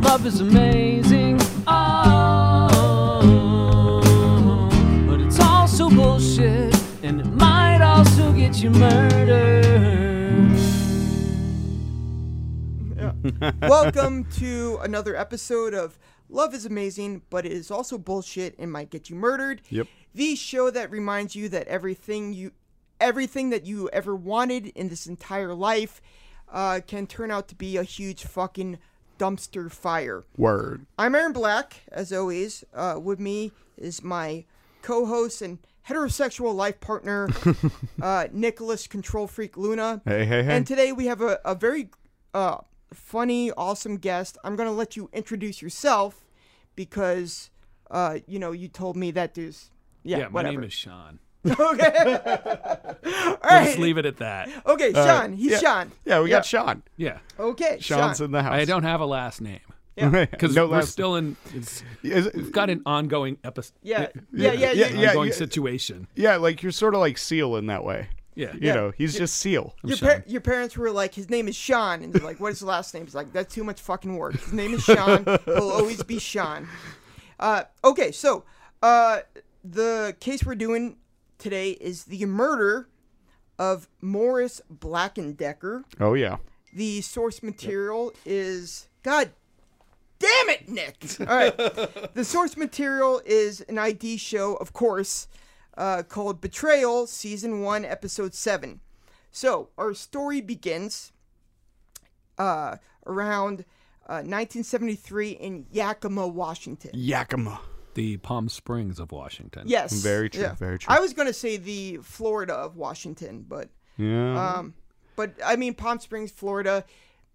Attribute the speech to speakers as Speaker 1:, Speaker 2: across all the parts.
Speaker 1: love is amazing. Oh, but it's also bullshit, and it might also get you murdered.
Speaker 2: Welcome to another episode of Love is Amazing, but it is also bullshit and might get you murdered.
Speaker 3: Yep.
Speaker 2: The show that reminds you that everything you everything that you ever wanted in this entire life uh, can turn out to be a huge fucking dumpster fire.
Speaker 3: Word.
Speaker 2: I'm Aaron Black, as always. Uh, with me is my co-host and heterosexual life partner, uh, Nicholas Control Freak Luna.
Speaker 3: Hey, hey, hey.
Speaker 2: And today we have a, a very uh, funny, awesome guest. I'm going to let you introduce yourself because, uh, you know, you told me that there's. Yeah,
Speaker 1: Yeah, my
Speaker 2: whatever.
Speaker 1: name is Sean.
Speaker 2: okay. All
Speaker 1: Just
Speaker 2: right.
Speaker 1: leave it at that.
Speaker 2: Okay, Sean. He's
Speaker 3: yeah.
Speaker 2: Sean.
Speaker 3: Yeah, we
Speaker 2: Yeah.
Speaker 3: got Sean.
Speaker 1: Yeah.
Speaker 2: Okay,
Speaker 3: Sean's
Speaker 2: Sean.
Speaker 3: in the house.
Speaker 1: I don't have a last name. Because
Speaker 3: Because no
Speaker 1: we're
Speaker 3: last.
Speaker 1: still in, it's,
Speaker 3: Is it-
Speaker 1: we've got an ongoing episode.
Speaker 2: Yeah. Yeah, yeah, yeah.
Speaker 3: yeah, yeah.
Speaker 1: ongoing situation.
Speaker 3: yeah, like you're sort of like Seal in that way.
Speaker 1: Yeah.
Speaker 3: You know, he's just Seal.
Speaker 2: Your,
Speaker 1: Sean.
Speaker 2: par- your parents were like, his name is Sean. And they're like, what is his last name? He's like, that's too much fucking work. His name is Sean. He'll always be Sean. Uh, okay, so uh, the case we're doing today is the murder of Morris Blackendecker.
Speaker 3: Oh yeah.
Speaker 2: The source material is. God damn it, Nick! All right. the source material is an ID show, of course, uh, called Betrayal, Season 1, Episode 7. So, our story begins uh, around uh, 1973 in Yakima, Washington.
Speaker 3: Yakima.
Speaker 1: The Palm Springs of Washington.
Speaker 2: Yes.
Speaker 3: Very true, very true.
Speaker 2: I was going to say the Florida of Washington, but.
Speaker 3: Yeah.
Speaker 2: Um, but I mean, Palm Springs, Florida,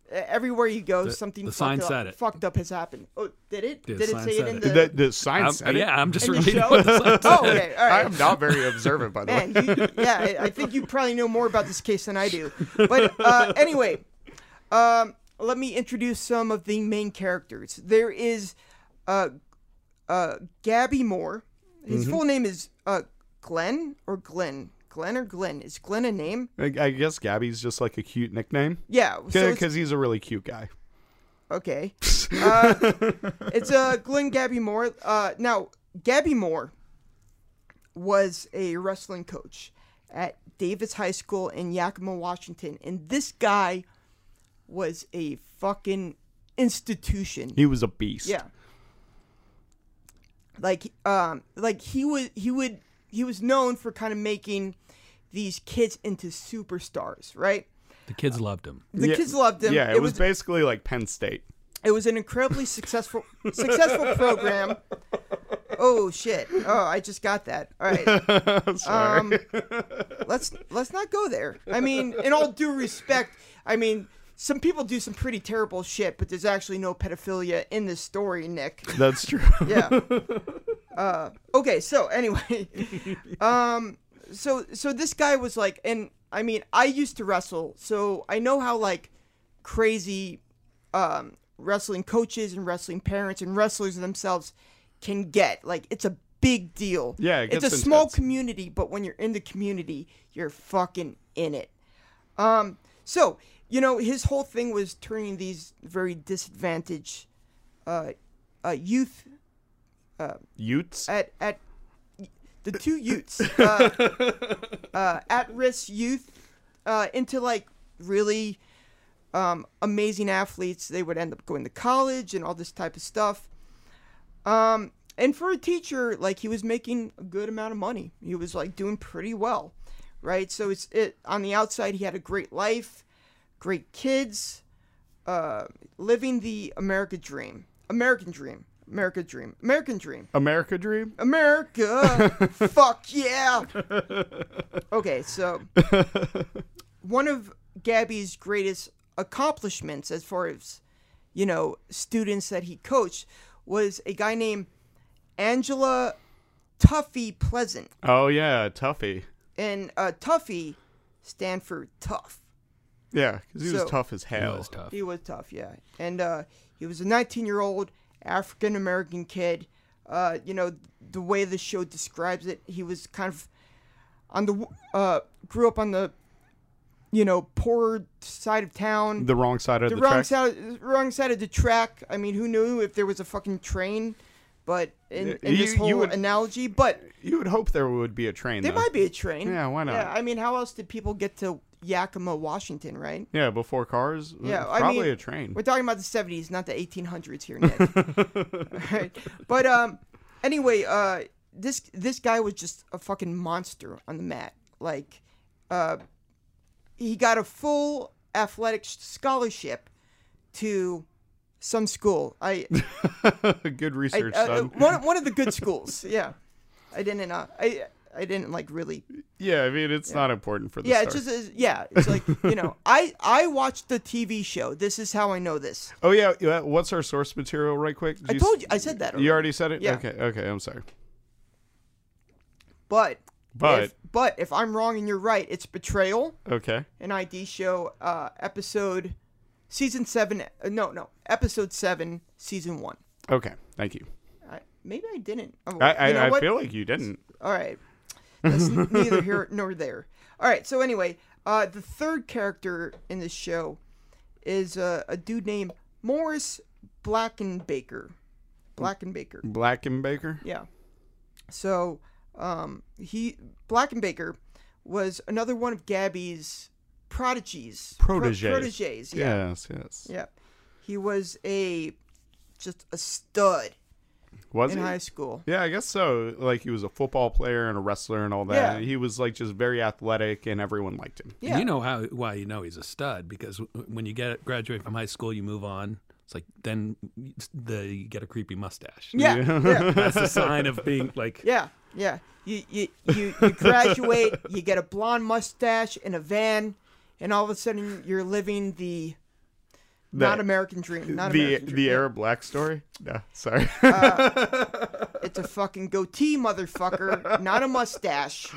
Speaker 2: e- everywhere you go, something
Speaker 1: the
Speaker 2: fucked
Speaker 1: sign
Speaker 2: up,
Speaker 1: said it.
Speaker 2: fucked up has happened. Oh, did it?
Speaker 1: Yeah,
Speaker 2: did it
Speaker 1: sign
Speaker 2: say it
Speaker 1: said
Speaker 2: in
Speaker 1: it.
Speaker 2: the?
Speaker 3: the the sign
Speaker 1: I'm-
Speaker 3: said it.
Speaker 1: yeah, I'm just
Speaker 2: in the
Speaker 1: repeating
Speaker 2: show?
Speaker 1: what the sign said.
Speaker 2: oh, okay, all
Speaker 3: I
Speaker 2: right.
Speaker 3: am not very observant, by the way.
Speaker 2: Man, you, yeah, I- I think you probably know more about this case than I do. But uh, anyway, um, let me introduce some of the main characters. There is uh, uh, Gabby Moore. His
Speaker 1: Mm-hmm.
Speaker 2: full name is uh, Glenn or Glenn. Glenn or Glenn? Is Glenn a name?
Speaker 3: I, I guess Gabby's just like a cute nickname.
Speaker 2: Yeah. So it's-
Speaker 3: Because he's a really cute guy.
Speaker 2: Okay. Uh, it's uh, Glenn Gabby Moore. Uh, now, Gabby Moore was a wrestling coach at Davis High School in Yakima, Washington. And this guy was a fucking institution.
Speaker 3: He was a beast.
Speaker 2: Yeah. Like um like he was he would he was known for kind of making these kids into superstars, right?
Speaker 1: The kids loved him.
Speaker 2: The
Speaker 3: Yeah.
Speaker 2: kids loved him.
Speaker 3: Yeah, it, was, basically like Penn State.
Speaker 2: It was an incredibly successful successful program. Oh shit! Oh, I just got that. All right. Um, let's let's not go there. I mean, in all due respect, I mean, some people do some pretty terrible shit, but there's actually no pedophilia in this story, Nick.
Speaker 3: That's true.
Speaker 2: Yeah. Uh, okay. So anyway, um, so so this guy was like, and I mean, I used to wrestle, so I know how like crazy um, wrestling coaches and wrestling parents and wrestlers themselves can get. Like, it's a big deal.
Speaker 3: Yeah, it
Speaker 2: it's a
Speaker 3: gets
Speaker 2: small
Speaker 3: intense.
Speaker 2: community, but when you're in the community, you're fucking in it. Um, so you know, his whole thing was turning these very disadvantaged uh, uh, youth
Speaker 3: Utes.
Speaker 2: at at the two youths uh, uh, at risk youth uh, into like really um, amazing athletes. They would end up going to college and all this type of stuff. Um, and for a teacher, like he was making a good amount of money. He was like doing pretty well, right? So it's it on the outside. He had a great life, great kids, uh, living the America dream, American dream, America dream, American dream.
Speaker 3: America Dream.
Speaker 2: America. Fuck yeah. Okay, so one of Gabby's greatest accomplishments as far as, you know, students that he coached was a guy named Angela Tuffy Pleasant.
Speaker 3: Oh yeah, Tuffy.
Speaker 2: And uh, Tuffy stand for tough.
Speaker 3: Yeah, because he
Speaker 2: So-
Speaker 3: was tough as hell.
Speaker 1: That was tough.
Speaker 2: He was tough, yeah. And uh, he was a 19 year old African American kid. Uh, you know, the way the show describes it, he was kind of on the, uh, grew up on the, you know, poor side of town.
Speaker 3: The wrong side of the,
Speaker 2: the wrong
Speaker 3: track.
Speaker 2: side, wrong side of the track. I mean, who knew if there was a fucking train? But in,
Speaker 3: Yeah,
Speaker 2: in
Speaker 3: you-
Speaker 2: this
Speaker 3: you
Speaker 2: whole
Speaker 3: would-
Speaker 2: analogy, but
Speaker 3: You would hope there would be a train.
Speaker 2: there
Speaker 3: though.
Speaker 2: might be a train.
Speaker 3: Yeah, why not?
Speaker 2: Yeah, I mean, how else did people get to Yakima, Washington, right?
Speaker 3: Yeah, before cars.
Speaker 2: Yeah,
Speaker 3: uh,
Speaker 2: I
Speaker 3: probably
Speaker 2: mean-
Speaker 3: a train.
Speaker 2: We're talking about the 70s, not the 1800s here, Nick. Alright. But um, anyway, uh, this this guy was just a fucking monster on the mat. Like, uh, he got a full athletic s- scholarship to some school. I,
Speaker 3: Good
Speaker 2: I
Speaker 3: research,
Speaker 2: uh,
Speaker 3: son.
Speaker 2: one one of the good schools. Yeah, I didn't. Uh, I I didn't like really
Speaker 3: yeah, I mean it's not important for the
Speaker 2: Yeah,
Speaker 3: stars.
Speaker 2: it's just it's, yeah. It's like you know, I I watched the TV show. This is how I know this.
Speaker 3: Oh yeah, yeah. What's our source material, right quick? Did
Speaker 2: I told you, I said that. Already.
Speaker 3: You already said it.
Speaker 2: Yeah.
Speaker 3: Okay. Okay. I'm sorry.
Speaker 2: but
Speaker 3: But
Speaker 2: if, but if I'm wrong and you're right, it's betrayal.
Speaker 3: okay.
Speaker 2: An ID show, uh, episode, season seven. Uh, no, no, episode seven, season one.
Speaker 3: Okay. Thank you.
Speaker 2: I, maybe I didn't. Oh,
Speaker 3: I I,
Speaker 2: you know
Speaker 3: I
Speaker 2: what?
Speaker 3: feel like you didn't.
Speaker 2: All right. That's neither here nor there. All right. So anyway, uh, the third character in this show is uh, a dude named Morris Blackenbaker. Blackenbaker.
Speaker 3: Black and Baker.
Speaker 2: Yeah. So um, he Blackenbaker was another one of Gabby's prodigies. Pro-
Speaker 3: Protégés.
Speaker 2: proteges. Yeah.
Speaker 3: Yes. Yes.
Speaker 2: Yeah. He was a just a stud
Speaker 3: Was
Speaker 2: in
Speaker 3: he?
Speaker 2: high school.
Speaker 3: Yeah, I guess so. Like he was a football player and a wrestler and all
Speaker 2: Yeah.
Speaker 3: that. He was like just very athletic and everyone liked him.
Speaker 2: Yeah.
Speaker 4: You know how why you know he's a stud because w- when you get graduate from high school, you move on. It's like then the you get a creepy mustache.
Speaker 2: Yeah. Yeah.
Speaker 4: That's a sign of being like
Speaker 2: Yeah, yeah. You you you, you graduate, you get a blonde mustache and a van, and all of a sudden you're living the not American dream. Not
Speaker 3: the
Speaker 2: American dream.
Speaker 3: the
Speaker 2: Yeah.
Speaker 3: Arab Black story? No, sorry.
Speaker 2: It's a fucking goatee, motherfucker, not a mustache.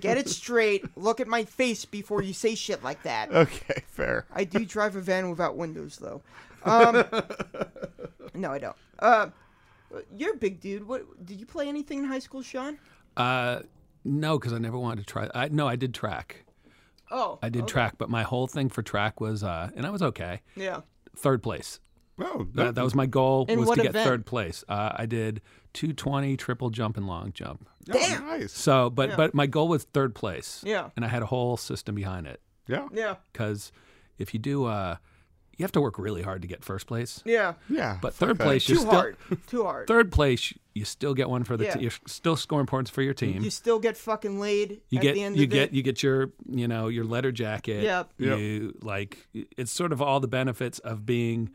Speaker 2: Get it straight. Look at my face before you say shit like that.
Speaker 3: okay, fair.
Speaker 2: I do drive a van without windows, though. Um, no, I don't. Uh, you're a big dude. What did you play anything in high school, Sean?
Speaker 4: uh, no, because I never wanted to try. I no, I did track.
Speaker 2: Oh,
Speaker 4: I did track, but my whole thing for track was uh, and I was okay.
Speaker 2: yeah.
Speaker 4: Third place.
Speaker 3: Oh,
Speaker 4: That, that was my goal
Speaker 2: Mm. In
Speaker 4: was
Speaker 2: what
Speaker 4: to get
Speaker 2: event?
Speaker 4: third place. Uh, I did 220 triple jump and long jump.
Speaker 2: Damn.
Speaker 3: nice.
Speaker 4: So, but but my goal was third place.
Speaker 2: Yeah.
Speaker 4: And I had a whole system behind it.
Speaker 3: Yeah.
Speaker 2: Yeah,
Speaker 4: because if you do, uh, you have to work really hard to get first place.
Speaker 2: yeah.
Speaker 3: Yeah.
Speaker 4: But
Speaker 3: fuck
Speaker 4: third
Speaker 3: that.
Speaker 4: place, you
Speaker 2: Too
Speaker 4: still
Speaker 2: hard. Too hard.
Speaker 4: third place, you still get one for the.
Speaker 2: Yeah.
Speaker 4: T- you're still scoring points for your team.
Speaker 2: You still get fucking laid
Speaker 4: You
Speaker 2: at
Speaker 4: get
Speaker 2: the end
Speaker 4: you
Speaker 2: of
Speaker 4: get
Speaker 2: it.
Speaker 4: you get your you know your letter jacket.
Speaker 2: Yep.
Speaker 3: Yep.
Speaker 4: You like it's sort of all the benefits of being,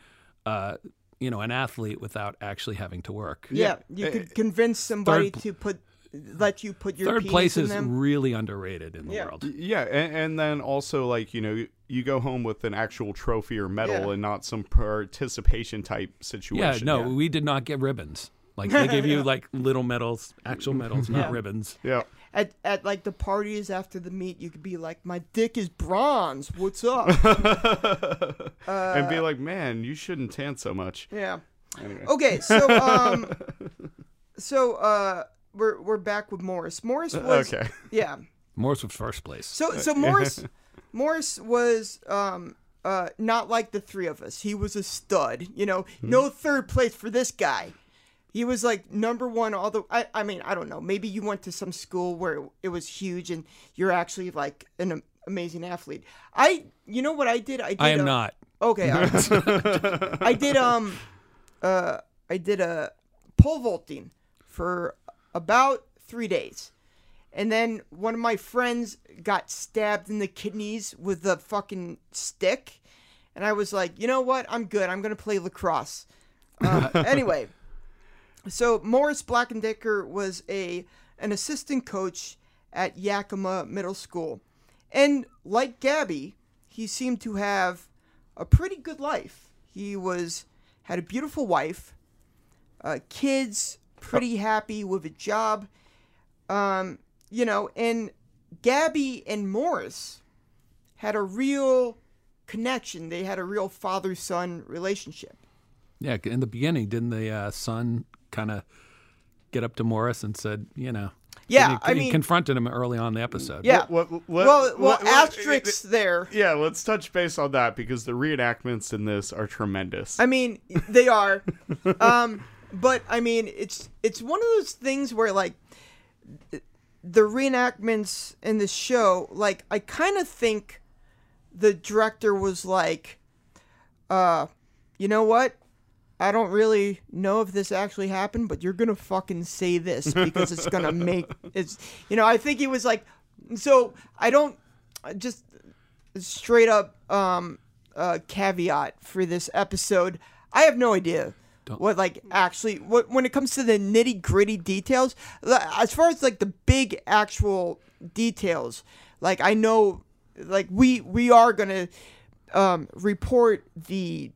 Speaker 4: uh, you know, an athlete without actually having to work.
Speaker 2: yeah,
Speaker 4: eh,
Speaker 2: you could convince somebody
Speaker 4: pl-
Speaker 2: to put let you put your
Speaker 4: Third
Speaker 2: penis
Speaker 4: place
Speaker 2: in
Speaker 4: is
Speaker 2: them.
Speaker 4: really underrated in the
Speaker 2: Yeah.
Speaker 4: world.
Speaker 3: Yeah, and, and then also like you know you, you go home with an actual trophy or medal
Speaker 2: Yeah.
Speaker 3: and not some participation type
Speaker 4: Yeah,
Speaker 3: situation.
Speaker 4: no, we did not get ribbons. Like they give you like little medals, actual medals, not ribbons.
Speaker 3: Yeah.
Speaker 2: at at like the parties after the meet. You could be like, my dick is bronze. What's up?
Speaker 3: and
Speaker 2: Uh,
Speaker 3: be like, man, you shouldn't tan so much.
Speaker 2: yeah. Okay, so um, so uh, we're we're back with Morris. Morris was
Speaker 3: Okay.
Speaker 2: yeah.
Speaker 4: Morris was first place.
Speaker 2: So so Morris Morris was um uh not like the three of us. He was a stud, you know. No third place for this guy. He was like number one. Although I I mean I don't know. Maybe you went to some school where it was huge and you're actually like an am- amazing athlete. I you know what I did? I did
Speaker 4: I am
Speaker 2: uh,
Speaker 4: not.
Speaker 2: Okay. all right. I did um uh I did a pole vaulting for about 3 days. And then one of my friends got stabbed in the kidneys with a fucking stick. And I was like, "You know what? I'm good. I'm going to play lacrosse." Um, anyway, so Morris Blackendicker was a an assistant coach at Yakima Middle School, and like Gabby, he seemed to have a pretty good life. He was had a beautiful wife, uh, kids, pretty happy with a job, um, you know, and Gabby and Morris had a real connection. They had a real father son relationship.
Speaker 4: Yeah, in the beginning, didn't the uh, son kind of get up to Morris and said, you know,
Speaker 2: Yeah,
Speaker 4: you,
Speaker 2: I
Speaker 4: you
Speaker 2: mean-
Speaker 4: confronted him early on in the episode.
Speaker 2: Yeah.
Speaker 3: What, what, what-
Speaker 2: well, well,
Speaker 3: what- what-
Speaker 2: asterisks there.
Speaker 3: Yeah, let's touch base on that because the reenactments in this are tremendous.
Speaker 2: I mean, they are. um, but I mean, it's it's one of those things where like the reenactments in the show, like I kind of think the director was like, uh, you know what? I don't really know if this actually happened, but you're gonna fucking say this because it's gonna make it's. You know, I think he was like, so I don't I just straight up um, uh, caveat for this episode. I have no idea what like actually what when it comes to the nitty gritty details. li- As far as like the big actual details, like I know, like we we are gonna um, report the,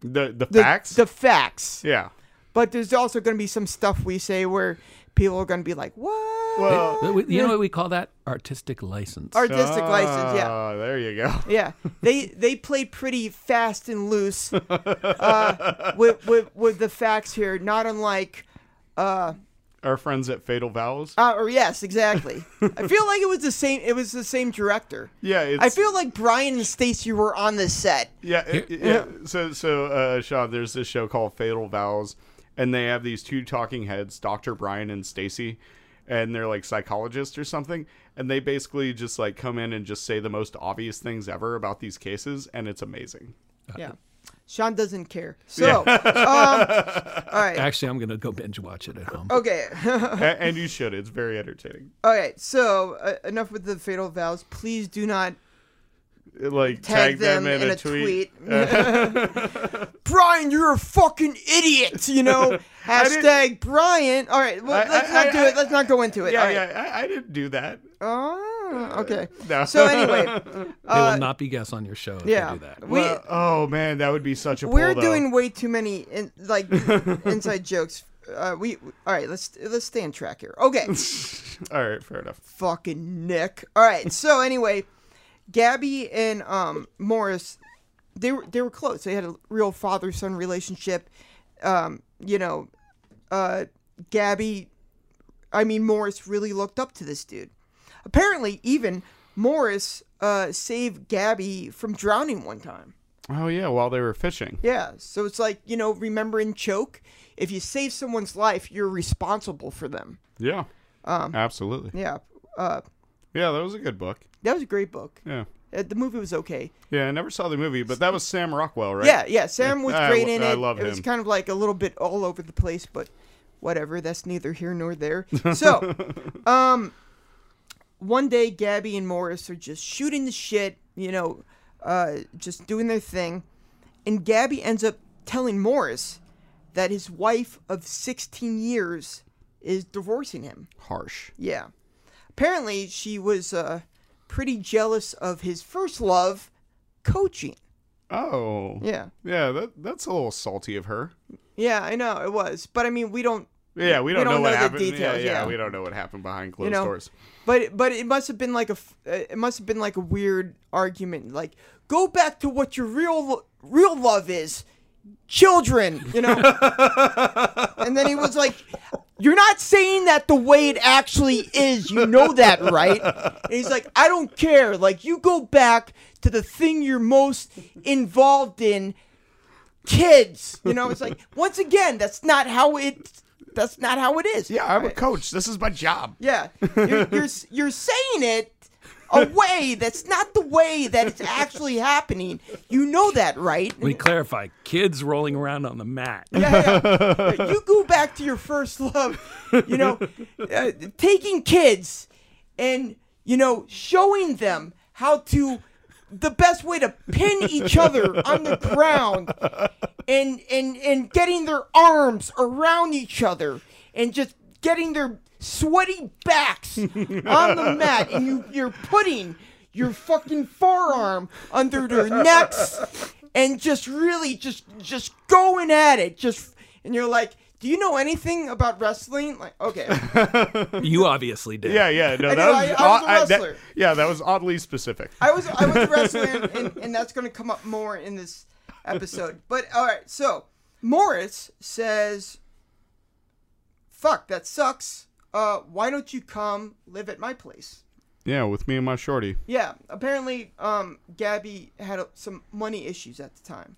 Speaker 3: the the
Speaker 2: the
Speaker 3: facts.
Speaker 2: the facts,
Speaker 3: yeah.
Speaker 2: but there's also gonna be some stuff we say where people are gonna be like, what?
Speaker 3: Well,
Speaker 4: But we- You know what we call that? Artistic license.
Speaker 2: Artistic license, yeah.
Speaker 3: Ah, There you go.
Speaker 2: Yeah, they they play pretty fast and loose uh, with, with with the facts here, not unlike. Uh,
Speaker 3: Our friends at Fatal Vows.
Speaker 2: uh, or yes, exactly. I feel like it was the same. It was the same director.
Speaker 3: yeah, it's,
Speaker 2: I feel like Brian and Stacy were on this set.
Speaker 3: Yeah, it- it- yeah. So, so uh, Sean, there's this show called Fatal Vows, and they have these two talking heads, Doctor Brian and Stacy, and they're like psychologists or something, and they basically just like come in and just say the most obvious things ever about these cases, and it's amazing.
Speaker 2: Yeah, Sean doesn't care. So, um, all right,
Speaker 4: Actually, I'm going to go binge watch it at home.
Speaker 2: okay, all
Speaker 3: A- and you should. It's very entertaining.
Speaker 2: right. So uh, enough with the fatal vows. Please do not
Speaker 3: Like
Speaker 2: tag, them, in, a, tweet. Brian, you're a fucking idiot. You know,
Speaker 3: didn't-
Speaker 2: hashtag Brian. All right, well,
Speaker 3: I-
Speaker 2: let's
Speaker 3: I-
Speaker 2: not
Speaker 3: I-
Speaker 2: do
Speaker 3: I-
Speaker 2: it. Let's not go into it.
Speaker 3: Yeah,
Speaker 2: All right.
Speaker 3: yeah. I, I didn't do that.
Speaker 2: Oh, okay.
Speaker 3: No.
Speaker 2: So anyway,
Speaker 4: They will not be guests on your show if
Speaker 2: yeah,
Speaker 4: you do that.
Speaker 2: we
Speaker 3: Well, oh man, that would be such a.
Speaker 2: we're
Speaker 3: pull, though.
Speaker 2: doing way too many in, like inside jokes. Uh, we all right. Let's let's stay on track here. Okay.
Speaker 3: All right, fair enough.
Speaker 2: fucking Nick. All right. So anyway, Gabby and um, Morris, they were they were close. They had a real father son relationship. Um, you know, uh, Gabby, I mean Morris really looked up to this dude. Apparently, even Morris uh, saved Gabby from drowning one time.
Speaker 3: Oh yeah, while they were fishing.
Speaker 2: Yeah. So it's like you know, remembering choke. If you save someone's life, you're responsible for them.
Speaker 3: Yeah. Absolutely.
Speaker 2: Um, Yeah. Uh,
Speaker 3: Yeah, that was a good book.
Speaker 2: that was a great book.
Speaker 3: Yeah.
Speaker 2: Uh, the movie was okay.
Speaker 3: Yeah, I never saw the movie, but that was Sam Rockwell, right?
Speaker 2: Yeah, yeah. Sam was
Speaker 3: I-
Speaker 2: great in it.
Speaker 3: I love
Speaker 2: it was
Speaker 3: him.
Speaker 2: kind of like a little bit all over the place, but whatever. That's neither here nor there. So, um, one day Gabby and Morris are just shooting the shit, you know, uh, just doing their thing, and Gabby ends up telling Morris that his wife of 16 years is divorcing him.
Speaker 3: Harsh.
Speaker 2: Yeah. Apparently, she was uh, pretty jealous of his first love, coaching.
Speaker 3: Oh.
Speaker 2: Yeah.
Speaker 3: Yeah, that that's a little salty of her.
Speaker 2: Yeah, I know it was, but I mean, we don't.
Speaker 3: Yeah, we don't, know, what
Speaker 2: the
Speaker 3: happened. yeah,
Speaker 2: details, yeah.
Speaker 3: we don't know what happened behind closed
Speaker 2: know,
Speaker 3: doors.
Speaker 2: But but it must have been like a f- uh, it must have been like a weird argument. Like, go back to what your real lo- real love is, children. You know. and then he was like, "You're not saying that the way it actually is. You know that, right?" And he's like, "I don't care. Like, you go back to the thing you're most involved in." kids you know it's like once again that's not how it that's not how it is
Speaker 3: Yeah, I'm a coach. This is my job.
Speaker 2: yeah, you're, you're you're saying it a way that's not the way that it's actually happening. You know that, right?
Speaker 4: Let me clarify kids rolling around on the mat.
Speaker 2: Yeah, yeah. Yeah, You go back to your first love. You know, uh, taking kids and you know showing them how to the best way to pin each other on the ground and and and getting their arms around each other and just getting their sweaty backs on the mat and you you're putting your fucking forearm under their necks and just really just just going at it just and you're like do you know anything about wrestling like okay
Speaker 4: You obviously did.
Speaker 3: Yeah, yeah. No,
Speaker 2: I
Speaker 3: that
Speaker 2: know,
Speaker 3: was,
Speaker 2: I- I was
Speaker 3: odd-
Speaker 2: a
Speaker 3: that-
Speaker 2: wrestler.
Speaker 3: yeah, that was oddly specific.
Speaker 2: i was i was a wrestler and, and that's going to come up more in this episode but all right so morris says fuck that sucks uh, why don't you come live at my place?
Speaker 3: Yeah, with me and my shorty.
Speaker 2: Yeah, apparently, um, Gabby had uh, some money issues at the time.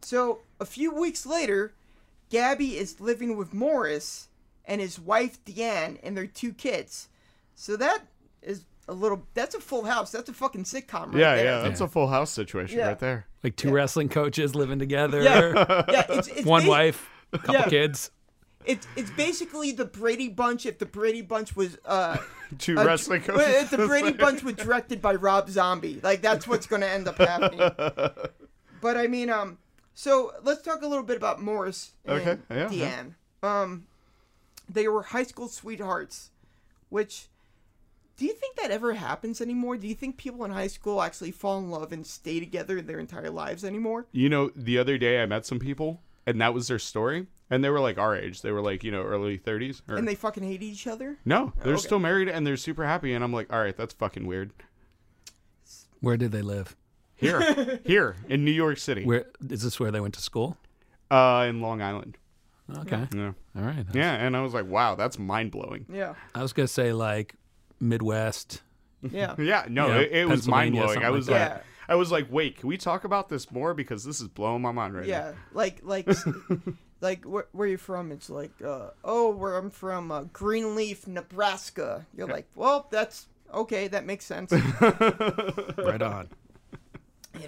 Speaker 2: So a few weeks later, Gabby is living with Morris and his wife Deanne and their two kids. So that is a little. That's a full house. That's a fucking sitcom, right
Speaker 3: yeah,
Speaker 2: there.
Speaker 3: yeah, that's a full house situation
Speaker 2: Yeah.
Speaker 3: right there.
Speaker 4: Like two wrestling coaches living together.
Speaker 2: Yeah, yeah. It's, it's
Speaker 4: One
Speaker 2: basi-
Speaker 4: wife, a couple
Speaker 2: Yeah.
Speaker 4: kids.
Speaker 2: It's it's basically the Brady Bunch if the Brady Bunch was uh,
Speaker 3: Two
Speaker 2: a-
Speaker 3: wrestling
Speaker 2: well,
Speaker 3: coaches.
Speaker 2: If the Brady Bunch was directed by Rob Zombie, like that's what's going to end up happening. but I mean, um, so let's talk a little bit about Morris and
Speaker 3: Okay, yeah, yeah.
Speaker 2: Deanne. Um, they were high school sweethearts, which. Do you think that ever happens anymore? Do you think people in high school actually fall in love and stay together their entire lives anymore?
Speaker 3: You know, the other day I met some people, and that was their story, and they were like our age. They were like, you know, early thirties. Or...
Speaker 2: And they fucking hate each other?
Speaker 3: no, they're
Speaker 2: Oh, okay.
Speaker 3: still married and they're super happy. And I'm like, all right, that's fucking weird.
Speaker 4: Where did they live?
Speaker 3: Here, here in New York City,
Speaker 4: Where is this where they went to school?
Speaker 3: uh, in Long Island.
Speaker 4: Okay.
Speaker 3: Yeah,
Speaker 4: All right.
Speaker 3: yeah. And I was like, wow, that's mind blowing.
Speaker 2: Yeah.
Speaker 4: I was gonna say like Midwest.
Speaker 2: Yeah.
Speaker 3: Yeah, no,
Speaker 4: Yeah,
Speaker 3: it, it was mind
Speaker 4: Pennsylvania,
Speaker 3: blowing. I
Speaker 4: something
Speaker 3: was
Speaker 4: like
Speaker 3: like,
Speaker 2: that.
Speaker 3: I was like, wait, can we talk about this more because this is blowing my mind right now.
Speaker 2: Yeah, like like like where, where you from? It's like uh, oh, where I'm from, uh, Greenleaf, Nebraska. You're like, well, that's okay, that makes sense. you
Speaker 4: Right on.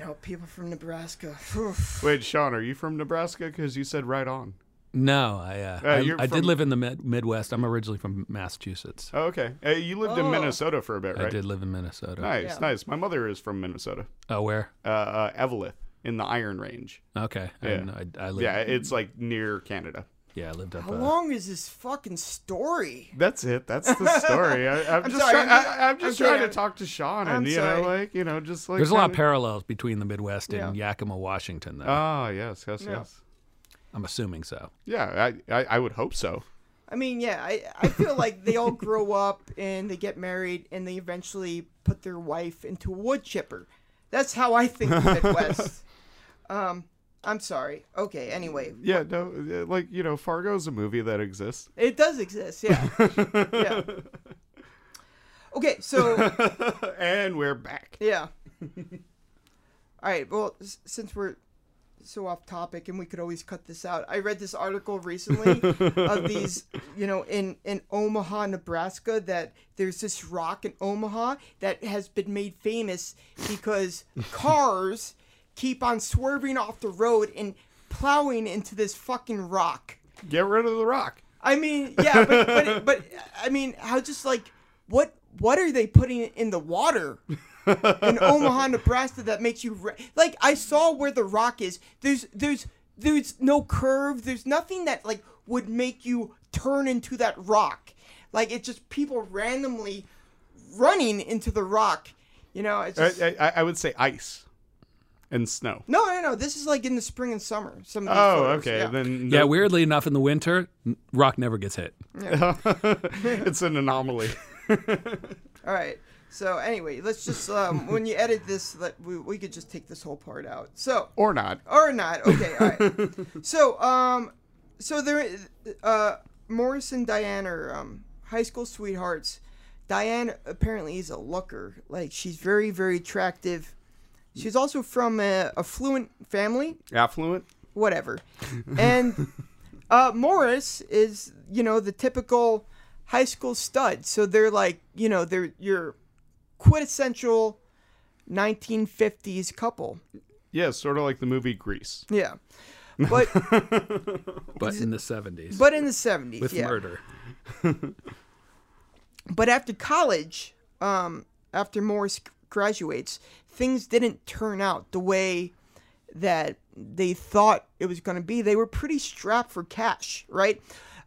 Speaker 2: know, people from Nebraska.
Speaker 3: Wait, Sean, are you from Nebraska? Because you said right on.
Speaker 4: No, I uh,
Speaker 3: Uh,
Speaker 4: I,
Speaker 3: you're
Speaker 4: I
Speaker 3: from-
Speaker 4: did live in the mid- Midwest. I'm originally from Massachusetts.
Speaker 3: Oh, okay. Uh, you lived
Speaker 2: Oh.
Speaker 3: in Minnesota for a bit, right?
Speaker 4: I did live in Minnesota.
Speaker 3: Nice,
Speaker 2: Yeah.
Speaker 3: nice. My mother is from Minnesota,
Speaker 4: Oh, where?
Speaker 3: uh, uh, Eveleth in the Iron Range.
Speaker 4: Okay. I,
Speaker 3: Yeah.
Speaker 4: didn't know. I, I lived.
Speaker 3: Yeah, it's like near Canada.
Speaker 4: yeah, I lived up.
Speaker 2: How
Speaker 4: uh,
Speaker 2: long is this fucking story?
Speaker 3: That's it. That's the story. I, I'm,
Speaker 2: I'm
Speaker 3: just,
Speaker 2: sorry,
Speaker 3: try-
Speaker 2: I'm just-
Speaker 3: I, I'm just
Speaker 2: I'm sorry,
Speaker 3: trying
Speaker 2: I'm-
Speaker 3: to talk to Sean, and
Speaker 2: I'm
Speaker 3: you
Speaker 2: sorry.
Speaker 3: know, like you know, just like
Speaker 4: There's a lot of
Speaker 3: kinda-
Speaker 4: parallels between the Midwest and Yakima, Washington, though.
Speaker 3: Oh yes, yes,
Speaker 2: Yeah.
Speaker 3: yes.
Speaker 4: I'm assuming so.
Speaker 3: Yeah, I, I, I would hope so.
Speaker 2: I mean, yeah, I, I feel like they all grow up and they get married and they eventually put their wife into a wood chipper. That's how I think of Midwest. um, I'm sorry. Okay, anyway,
Speaker 3: Yeah, no, yeah, like you know, Fargo's a movie that exists.
Speaker 2: It does exist, yeah. yeah. Okay, so
Speaker 3: and we're back.
Speaker 2: yeah. All right. Well, s- since we're so off topic, and we could always cut this out, I read this article recently of these, you know, in in Omaha, Nebraska, that there's this rock in Omaha that has been made famous because cars keep on swerving off the road and plowing into this fucking rock.
Speaker 3: Get rid of the rock.
Speaker 2: I mean, yeah, but but, but I mean, how just like what what are they putting in the water in Omaha, Nebraska that makes you re- like I saw where the rock is. There's there's there's no curve. There's nothing that like would make you turn into that rock. Like it's just people randomly running into the rock. You know, it's just,
Speaker 3: I, I, I would say ice and snow.
Speaker 2: no, no, no. This is like in the spring and summer. Some of these
Speaker 3: Oh,
Speaker 2: photos,
Speaker 3: okay.
Speaker 2: yeah.
Speaker 3: Then
Speaker 4: Yeah, weirdly enough, in the winter, n- rock never gets hit.
Speaker 3: it's an anomaly.
Speaker 2: All right. So anyway, let's just um, when you edit this, let, we we could just take this whole part out. So
Speaker 3: or not.
Speaker 2: or not. Okay. All right. so um, so there, uh, Morris and Diane are um high school sweethearts. Diane apparently is a looker. Like she's very very attractive. She's also from a affluent family
Speaker 3: Affluent?
Speaker 2: whatever. And uh, Morris is, you know, the typical high school stud. So they're like, you know, they're your quintessential 1950s couple.
Speaker 3: Yeah, sort of like the movie Grease.
Speaker 2: Yeah. But
Speaker 4: But in the 70s,
Speaker 2: but in the 70s,
Speaker 4: with
Speaker 2: yeah.
Speaker 4: murder.
Speaker 2: But after college, um, after Morris graduates, things didn't turn out the way that they thought it was going to be. They were pretty strapped for cash, right?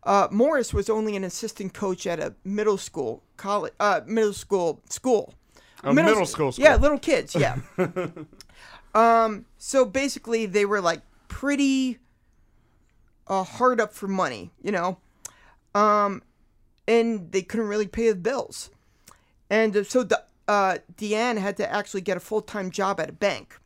Speaker 2: Uh, Morris was only an assistant coach at a middle school college, uh, middle school school.
Speaker 3: A middle school
Speaker 2: Yeah,
Speaker 3: school.
Speaker 2: little kids. Yeah. um. So basically, they were like pretty uh, hard up for money, you know, um, and they couldn't really pay the bills, and uh, so the, uh, Deanne had to actually get a full time job at a bank.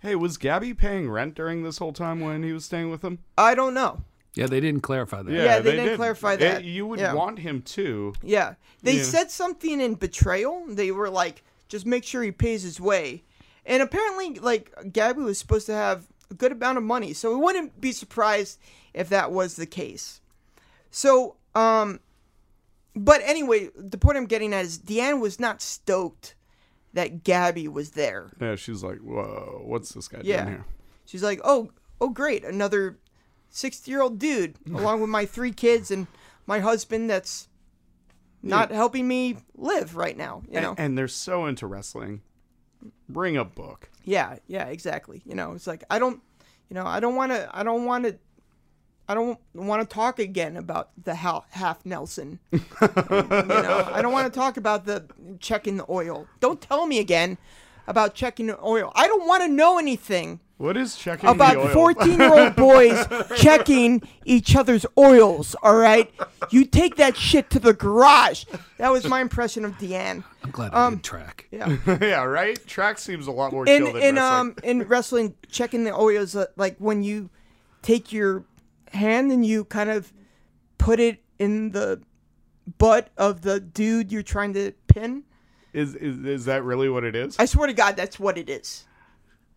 Speaker 3: Hey, was Gabby paying rent during this whole time when he was staying with him?
Speaker 2: I don't know.
Speaker 4: Yeah, they didn't clarify that.
Speaker 3: Yeah,
Speaker 2: Yeah, they didn't clarify
Speaker 3: It-
Speaker 2: that.
Speaker 3: you would
Speaker 2: Yeah.
Speaker 3: want him to.
Speaker 2: Yeah. They
Speaker 3: Yeah.
Speaker 2: said something in Betrayal. They were like, just make sure he pays his way. And apparently, like, Gabby was supposed to have a good amount of money. So we wouldn't be surprised if that was the case. So, um, but anyway, the point I'm getting at is Deanne was not stoked that Gabby was there.
Speaker 3: Yeah, she's like, whoa, what's this guy
Speaker 2: Yeah.
Speaker 3: doing here?
Speaker 2: She's like, "Oh, oh, great, another sixty-year-old dude, along with my three kids and my husband that's not helping me live right now." You
Speaker 3: A-
Speaker 2: know?
Speaker 3: And, they're so into wrestling. Bring a book.
Speaker 2: yeah, yeah, exactly. You know, it's like I don't, you know, I don't want to, I don't want to. I don't want to talk again about the hal- half Nelson. you know, I don't want to talk about the checking the oil. Don't tell me again about checking the oil. I don't want to know anything
Speaker 3: What is checking the
Speaker 2: about
Speaker 3: oil?
Speaker 2: 14 year old boys checking each other's oils, all right? You take that shit to the garage. That was my impression of Deanne.
Speaker 4: I'm glad
Speaker 2: Um,
Speaker 4: I did track.
Speaker 2: Yeah.
Speaker 3: yeah, right. Track seems a lot more
Speaker 2: In
Speaker 3: chill than
Speaker 2: in
Speaker 3: wrestling.
Speaker 2: um in wrestling checking the oils uh, like when you take your hand and you kind of put it in the butt of the dude you're trying to pin.
Speaker 3: is, is is that really what it is?
Speaker 2: I swear to god that's what it is.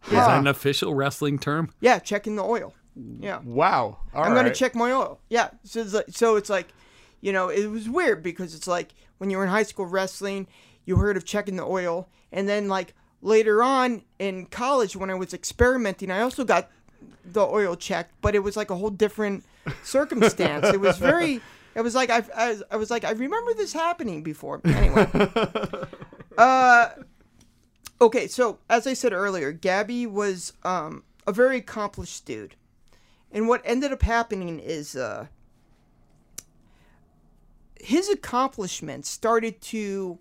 Speaker 4: Is that
Speaker 3: Huh.
Speaker 4: an official wrestling term?
Speaker 2: Yeah, checking the oil. Yeah.
Speaker 3: wow. All
Speaker 2: I'm gonna
Speaker 3: right.
Speaker 2: check my oil. Yeah. So it's like, so it's like, you know, it was weird because it's like when you were in high school wrestling, you heard of checking the oil, and then like later on in college when I was experimenting, I also got the oil checked, but it was like a whole different circumstance. it was very. It was like I, I, I was like I remember this happening before. Anyway. Uh, Okay, so as I said earlier, Gabby was um, a very accomplished dude, and what ended up happening is uh, his accomplishments started to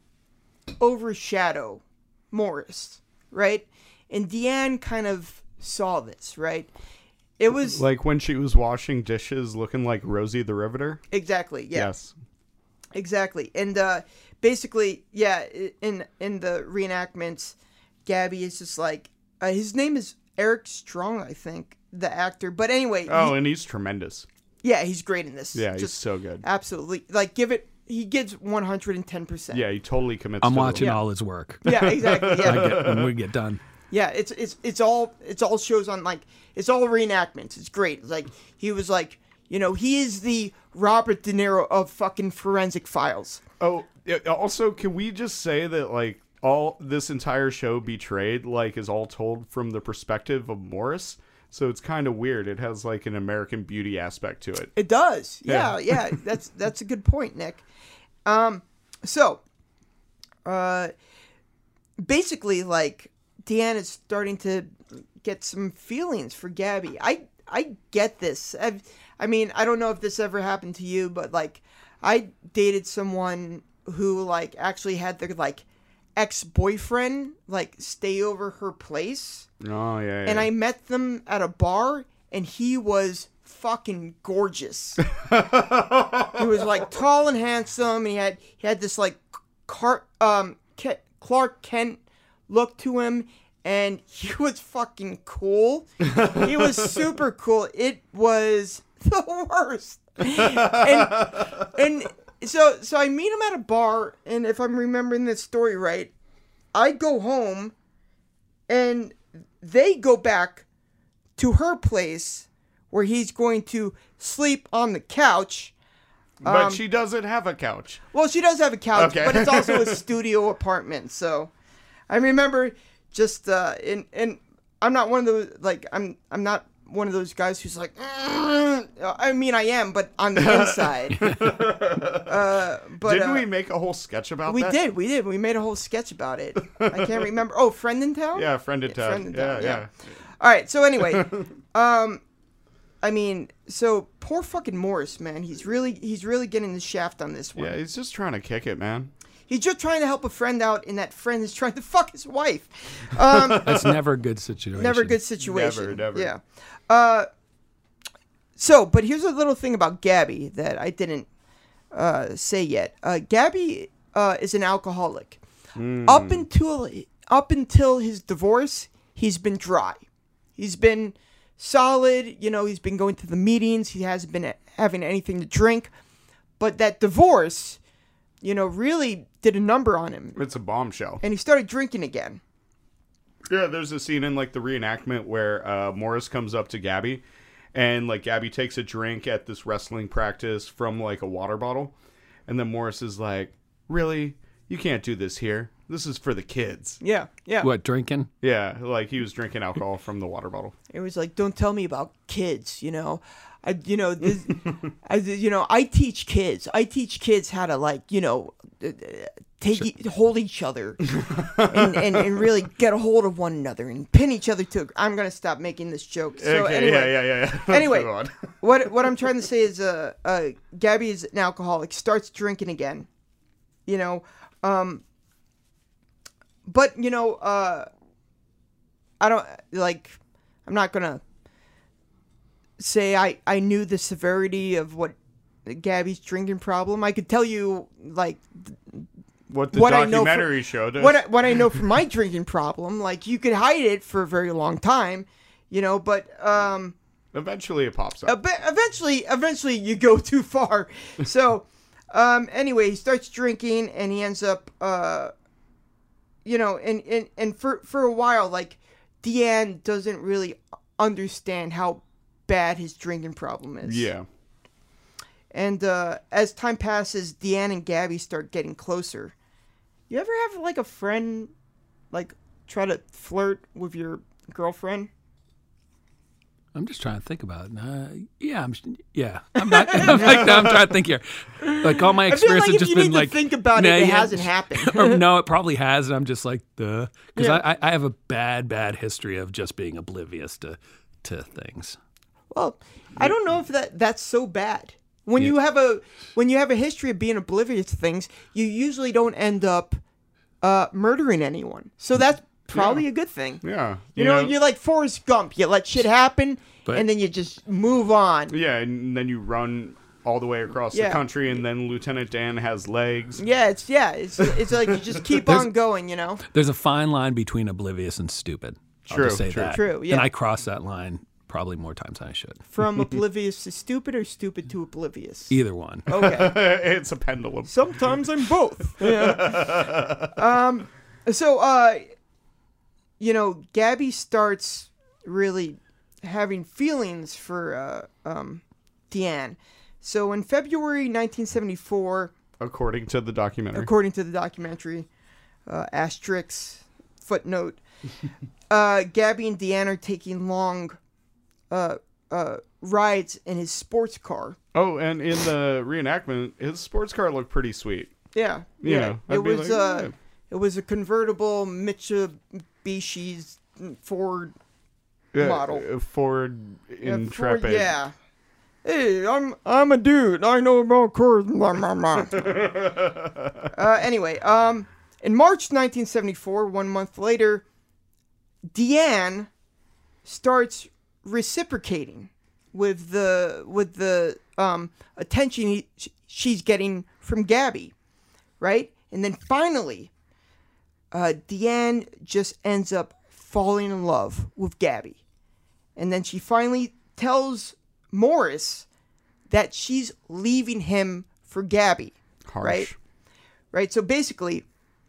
Speaker 2: overshadow Morris, right? And Deanne kind of saw this, right? It was
Speaker 3: Like when she was washing dishes, looking like Rosie the Riveter.
Speaker 2: exactly, yeah.
Speaker 3: Yes.
Speaker 2: Exactly, and uh, basically, yeah, i- in in the reenactments, Gabby is just like uh, his name is Eric Strong, I think, the actor. But anyway,
Speaker 3: Oh,
Speaker 2: he-
Speaker 3: and he's tremendous.
Speaker 2: yeah, he's great in this.
Speaker 3: Yeah, he's
Speaker 2: just
Speaker 3: so good.
Speaker 2: absolutely like give it. He gives one hundred and ten percent.
Speaker 3: Yeah, he totally commits.
Speaker 4: I'm
Speaker 3: to the
Speaker 4: watching
Speaker 3: role.
Speaker 4: all his work.
Speaker 2: yeah, exactly. Yeah,
Speaker 4: I get- when we get done.
Speaker 2: Yeah, it's it's it's all it's all shows on like it's all reenactments. It's great. It's like he was like you know he is the Robert De Niro of fucking Forensic Files.
Speaker 3: Oh, yeah, also, can we just say that like all this entire show betrayed like is all told from the perspective of Morris. So it's kind of weird. It has like an American Beauty aspect to it.
Speaker 2: It does. Yeah,
Speaker 3: Yeah.
Speaker 2: yeah. that's that's a good point, Nick. Um, so, uh, basically, like Deanna's starting to get some feelings for Gabby. I I get this. i I mean, I don't know if this ever happened to you, but like, I dated someone who like actually had their like ex boyfriend like stay over her place
Speaker 3: Oh yeah.
Speaker 2: and
Speaker 3: yeah.
Speaker 2: I met them at a bar, and he was fucking gorgeous. he was like tall and handsome, and he had he had this like Car- um, Ke- Clark Kent look to him, and he was fucking cool. he was super cool. It was the worst. and, and so so I meet him at a bar, and if I'm remembering this story right, I go home and they go back to her place where he's going to sleep on the couch. um,
Speaker 3: but she doesn't have a couch.
Speaker 2: Well, she does have a couch,
Speaker 3: Okay.
Speaker 2: but it's also a studio apartment. So I remember just uh and and I'm not one of those like I'm I'm not one of those guys who's like "Mm." I mean I am, but on the inside. uh but
Speaker 3: Didn't
Speaker 2: uh,
Speaker 3: we make a whole sketch about
Speaker 2: we
Speaker 3: that?
Speaker 2: did, we did. We made a whole sketch about it. I can't remember. Oh, friend in town?
Speaker 3: Yeah, friend of Ted.
Speaker 2: friend of
Speaker 3: yeah,
Speaker 2: Ted,
Speaker 3: yeah.
Speaker 2: All right. So anyway, um, I mean, so poor fucking Morris, man. He's really he's really getting the shaft on this one.
Speaker 3: Yeah, he's just trying to kick it, man.
Speaker 2: He's just trying to help a friend out, and that friend is trying to fuck his wife. Um,
Speaker 4: That's never a good situation.
Speaker 2: never a good situation.
Speaker 3: Never, never.
Speaker 2: Yeah. Uh, so, but here's a little thing about Gabby that I didn't uh, say yet. Uh, Gabby uh, is an alcoholic. Up until up until his divorce, he's been dry. He's been solid. You know, he's been going to the meetings. He hasn't been having anything to drink. But that divorce, you know, really did a number on him.
Speaker 3: It's a bombshell.
Speaker 2: And he started drinking again.
Speaker 3: Yeah, there's a scene in like the reenactment where uh, Morris comes up to Gabby, and like Gabby takes a drink at this wrestling practice from like a water bottle, and then Morris is like, "Really, you can't do this here. This is for the kids."
Speaker 2: Yeah, yeah.
Speaker 4: What drinking?
Speaker 3: Yeah, like he was drinking alcohol from the water bottle.
Speaker 2: It was like, don't tell me about kids. You know, I, you know, this, I, you know, I teach kids. I teach kids how to like, you know, uh, take e- hold each other, and, and, and really get a hold of one another and pin each other to. I'm gonna stop making this joke. So
Speaker 3: okay,
Speaker 2: anyway,
Speaker 3: yeah, yeah, yeah, yeah. Let's
Speaker 2: anyway,
Speaker 3: move on.
Speaker 2: what what I'm trying to say is, uh, uh, Gabby is an alcoholic. Starts drinking again, you know, um, but you know, uh, I don't like. I'm not gonna say I I knew the severity of what Gabby's drinking problem. I could tell you like
Speaker 3: what the
Speaker 2: what I know from-
Speaker 3: documentary showed us.
Speaker 2: what I, what I know from my drinking problem. Like you could hide it for a very long time, you know, but um.
Speaker 3: Eventually, it pops up.
Speaker 2: Uh, but eventually, eventually you go too far. So, um, anyway, he starts drinking and he ends up, uh, you know, and, and, and for, for a while, like Deanne doesn't really understand how bad his drinking problem is.
Speaker 3: yeah.
Speaker 2: And, uh, as time passes, Deanne and Gabby start getting closer. You ever have like a friend, like try to flirt with your girlfriend?
Speaker 4: I'm just trying to think about it. Uh, yeah, I'm. Yeah, I'm not. I'm, like, I'm trying to think here. Like all my
Speaker 2: I feel
Speaker 4: experience
Speaker 2: like
Speaker 4: has
Speaker 2: if
Speaker 4: just
Speaker 2: you
Speaker 4: been
Speaker 2: need
Speaker 4: like
Speaker 2: to think about it,
Speaker 4: nah,
Speaker 2: it
Speaker 4: yeah.
Speaker 2: hasn't happened.
Speaker 4: or no, it probably has, and I'm just like the because
Speaker 2: Yeah.
Speaker 4: I, I I have a bad bad history of just being oblivious to to things.
Speaker 2: Well, I don't know if that that's so bad. When you have a when you have a history of being oblivious to things, you usually don't end up uh, murdering anyone. So that's probably a good thing.
Speaker 3: Yeah.
Speaker 2: You know, you're like Forrest Gump. You let shit happen,
Speaker 4: But-
Speaker 2: and then you just move on.
Speaker 3: Yeah, and then you run all the way across
Speaker 2: Yeah.
Speaker 3: the country, and then Lieutenant Dan has legs.
Speaker 2: Yeah, it's yeah, it's it's like you just keep on going. You know,
Speaker 4: There's a fine line between oblivious and stupid. I'll
Speaker 3: True,
Speaker 4: just say
Speaker 3: true.
Speaker 4: that.
Speaker 2: True, yeah.
Speaker 4: And I cross that line probably more times than I should.
Speaker 2: from oblivious to stupid or stupid to oblivious.
Speaker 4: Either one.
Speaker 2: Okay.
Speaker 3: it's a pendulum.
Speaker 2: Sometimes I'm both. Um, so, uh, you know, Gabby starts really having feelings for uh, um, Deanne. So in February 1974,
Speaker 3: According to the documentary.
Speaker 2: according to the documentary, uh, asterisk footnote, uh, Gabby and Deanne are taking long uh, uh, rides in his sports car.
Speaker 3: Oh, and in the reenactment, his sports car looked pretty sweet.
Speaker 2: Yeah,
Speaker 3: You
Speaker 2: yeah.
Speaker 3: know, I'd
Speaker 2: it
Speaker 3: be
Speaker 2: was
Speaker 3: like,
Speaker 2: uh,
Speaker 3: "Yeah."
Speaker 2: it was a convertible Mitsubishi Ford.
Speaker 3: Yeah,
Speaker 2: Model.
Speaker 3: uh, Ford
Speaker 2: uh,
Speaker 3: Intrepid.
Speaker 2: Ford yeah. Hey, I'm I'm a dude. I know about cars. Blah, blah, blah. uh, anyway, um, in March 1974, one month later, Deanne starts reciprocating with the with the um, attention he, sh- she's getting from Gabby, right? And then finally, uh, Deanne just ends up falling in love with Gabby, and then she finally tells Morris that she's leaving him for Gabby,
Speaker 3: Harsh.
Speaker 2: right? right? So basically,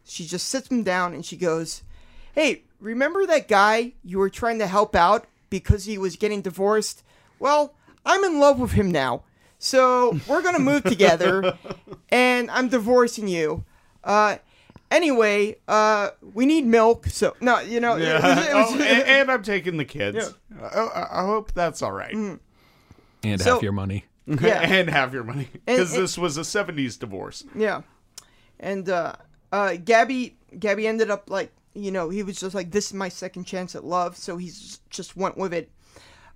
Speaker 2: she just sits him down and she goes, Hey, remember that guy you were trying to help out because he was getting divorced? Well, I'm in love with him now. So we're going to move together and I'm divorcing you. Uh, anyway, uh, we need milk. So, no, you know, it was- it was-
Speaker 3: oh, and, and I'm taking the kids. Oh, I, I hope that's all right.
Speaker 4: And
Speaker 2: So-
Speaker 4: half your money.
Speaker 2: Mm, yeah.
Speaker 3: and have your money. Because
Speaker 2: and-
Speaker 3: this was a 70s divorce.
Speaker 2: Yeah. And uh uh Gabby Gabby ended up like, you know, he was just like this is my second chance at love, so he's just went with it.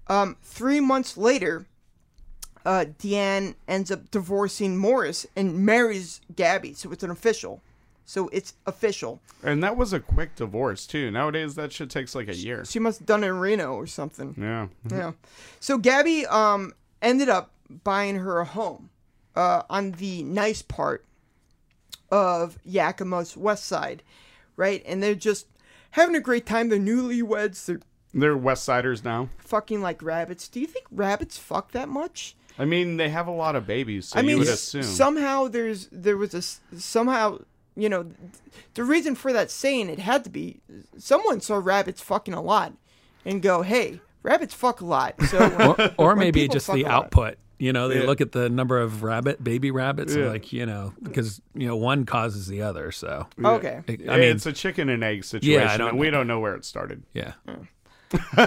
Speaker 2: Um 3 months later, uh Deanne ends up divorcing Morris and marries Gabby, so it's an official. So it's official.
Speaker 3: And that was a quick divorce, too. Nowadays, that shit takes like a year.
Speaker 2: She must have done it in Reno or something.
Speaker 3: Yeah.
Speaker 2: yeah. So Gabby um ended up buying her a home uh, on the nice part of Yakima's west side, right? And they're just having a great time. They're newlyweds. They're
Speaker 3: They're West Siders now.
Speaker 2: fucking like rabbits. Do you think rabbits fuck that much?
Speaker 3: I mean, they have a lot of babies, so
Speaker 2: I mean,
Speaker 3: you would
Speaker 2: s-
Speaker 3: assume.
Speaker 2: somehow there's there was a s- somehow you know th- the reason for that saying it had to be someone saw rabbits fucking a lot and go, hey, rabbits fuck a lot. So when-
Speaker 4: or, or
Speaker 2: when
Speaker 4: maybe
Speaker 2: people
Speaker 4: just
Speaker 2: fuck
Speaker 4: the
Speaker 2: a lot-
Speaker 4: output. You know, they
Speaker 3: Yeah.
Speaker 4: look at the number of rabbit baby rabbits, and
Speaker 3: Yeah.
Speaker 4: like you know, because you know one causes the other. So
Speaker 2: Okay.
Speaker 4: I
Speaker 3: I
Speaker 4: mean,
Speaker 3: it's a chicken and egg situation,
Speaker 4: don't
Speaker 3: and we don't know where it started.
Speaker 4: yeah,
Speaker 2: All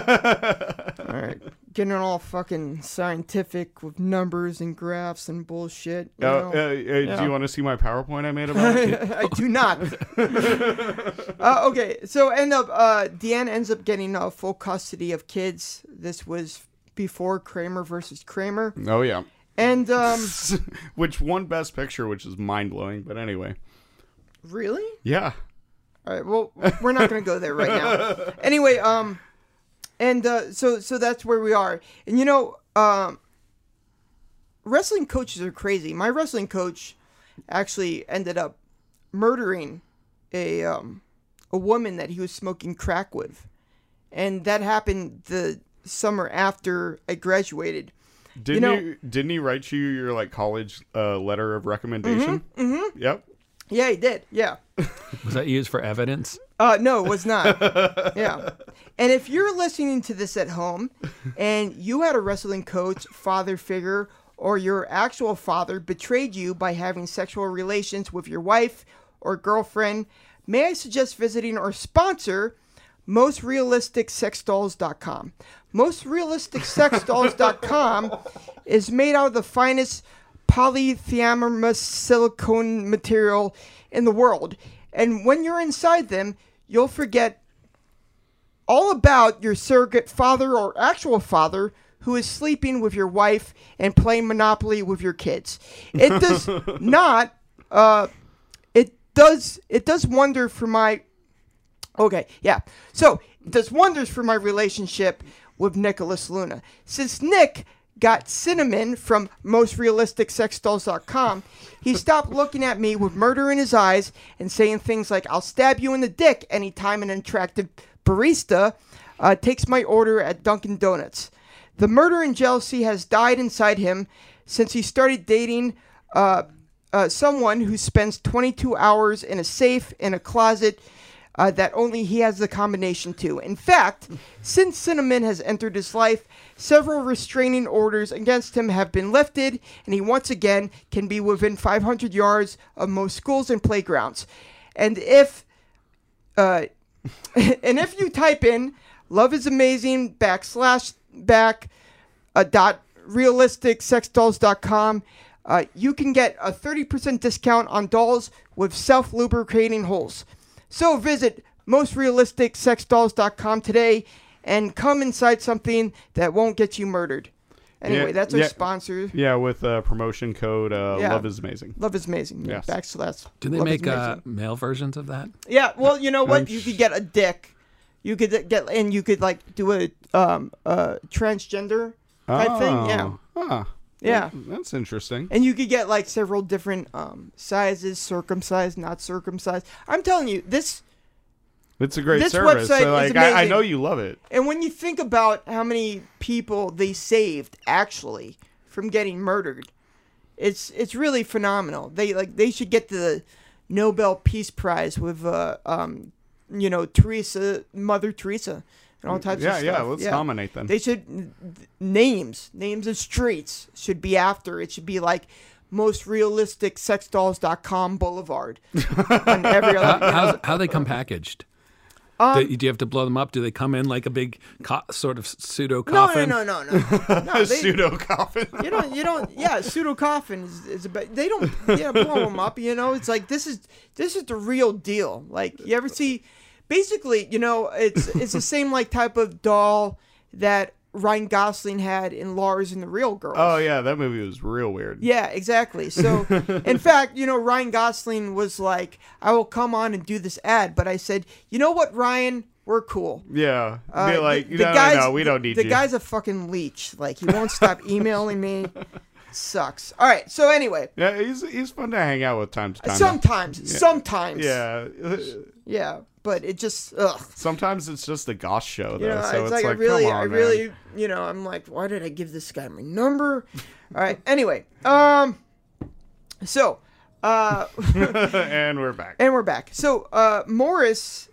Speaker 2: right, getting all fucking scientific with numbers and graphs and bullshit. you
Speaker 3: Uh,
Speaker 2: know?
Speaker 3: uh, uh, Do you want to see my PowerPoint I made about it?
Speaker 2: I do not. uh, okay, so end up uh, Deanne ends up getting uh, full custody of kids. This was before Kramer versus Kramer,
Speaker 3: oh yeah,
Speaker 2: and um,
Speaker 3: which won Best Picture, which is mind blowing. But anyway,
Speaker 2: really,
Speaker 3: yeah,
Speaker 2: all right. Well, we're not gonna go there right now. Anyway, um, and uh, so so that's where we are, and you know, um, wrestling coaches are crazy. My wrestling coach actually ended up murdering a um, a woman that he was smoking crack with, and that happened the summer after I graduated.
Speaker 3: didn't you,
Speaker 2: know-
Speaker 3: didn't he write you your like college uh, letter of recommendation? Mm-hmm, Yep.
Speaker 2: Yeah, he did. Yeah.
Speaker 4: was that used for evidence?
Speaker 2: Uh, no, it was not. yeah. And if you're listening to this at home and you had a wrestling coach, father figure, or your actual father betrayed you by having sexual relations with your wife or girlfriend, may I suggest visiting our sponsor, mostrealisticsexdolls.com. Mostrealisticsexdolls.com is made out of the finest polythiamorous silicone material in the world. And when you're inside them, you'll forget all about your surrogate father or actual father who is sleeping with your wife and playing Monopoly with your kids. It does not. Uh, it does. It does wonder for my. Okay, yeah. So it does wonders for my relationship with Nicholas Luna since Nick got cinnamon from mostrealisticsexdolls.com he stopped looking at me with murder in his eyes and saying things like i'll stab you in the dick anytime an attractive barista uh, takes my order at Dunkin' Donuts. The murder and jealousy has died inside him since he started dating uh, uh, someone who spends 22 hours in a safe in a closet uh, that only he has the combination to. In fact, since Cinnamon has entered his life, several restraining orders against him have been lifted, and he once again can be within 500 yards of most schools and playgrounds. And if uh, and if you type in love is amazing backslash back uh, dot realistic sexdolls.com uh, you can get a 30% discount on dolls with self-lubricating holes so visit mostrealisticsexdolls.com today and come inside something that won't get you murdered anyway
Speaker 3: Yeah,
Speaker 2: that's our
Speaker 3: yeah.
Speaker 2: sponsor
Speaker 3: Yeah, with uh, promotion code uh,
Speaker 2: Yeah.
Speaker 3: Love is amazing.
Speaker 2: love is amazing
Speaker 3: Yes.
Speaker 2: backslash
Speaker 4: Do they
Speaker 2: love is
Speaker 4: make uh,
Speaker 2: amazing.
Speaker 4: male versions of that?
Speaker 2: Yeah, well, you know what?
Speaker 3: Um,
Speaker 2: You could get a dick. You could get and you could like do a um uh transgender type
Speaker 3: Oh.
Speaker 2: thing. Yeah.
Speaker 3: Huh.
Speaker 2: Yeah.
Speaker 3: That's interesting.
Speaker 2: And you could get like several different um sizes, circumcised, not circumcised. I'm telling you, this
Speaker 3: It's a great
Speaker 2: This
Speaker 3: service.
Speaker 2: website is
Speaker 3: So, like, I, I
Speaker 2: amazing.
Speaker 3: know you love it.
Speaker 2: and when you think about how many people they saved actually from getting murdered, it's it's really phenomenal. They like they should get the Nobel Peace Prize with uh um you know Teresa Mother Teresa and all types
Speaker 3: Mm, yeah,
Speaker 2: of stuff.
Speaker 3: yeah. Let's nominate them.
Speaker 2: They should th- names, names of streets should be after. It should be like most realistic sexdolls.com boulevard on every other.
Speaker 4: How's, how they come packaged?
Speaker 2: Um,
Speaker 4: do, do you have to blow them up? Do they come in like a big co- sort of pseudo
Speaker 2: No, no,
Speaker 4: coffin?
Speaker 2: no, no, no. no they,
Speaker 3: Pseudo coffin.
Speaker 2: you don't, you don't. Yeah, pseudo coffin is, is about. They don't, yeah, blow them up. You know, it's like this is this is the real deal. Like you ever see, basically, you know, it's it's the same like type of doll that Ryan Gosling had in Lars and the Real Girls.
Speaker 3: Oh yeah, that movie was real weird.
Speaker 2: Yeah, exactly. So, in fact, you know, Ryan Gosling was like, I will come on and do this ad. But I said, you know what, Ryan? We're cool.
Speaker 3: Yeah.
Speaker 2: Uh,
Speaker 3: They're like, no, no, no, we don't need
Speaker 2: the
Speaker 3: you.
Speaker 2: guy's a fucking leech. Like, he won't stop emailing me. Sucks. All right. So, anyway,
Speaker 3: yeah, he's he's fun to hang out with time to time.
Speaker 2: sometimes, sometimes.
Speaker 3: Yeah.
Speaker 2: Yeah. but it just ugh.
Speaker 3: Sometimes it's just a gosh show though,
Speaker 2: You know,
Speaker 3: so
Speaker 2: it's,
Speaker 3: it's,
Speaker 2: like,
Speaker 3: like,
Speaker 2: I really,
Speaker 3: come on,
Speaker 2: I
Speaker 3: man.
Speaker 2: really, you know, I'm like, why did I give this guy my number? All right. Anyway, um, so, uh,
Speaker 3: and we're back.
Speaker 2: and we're back. So, uh, Morris,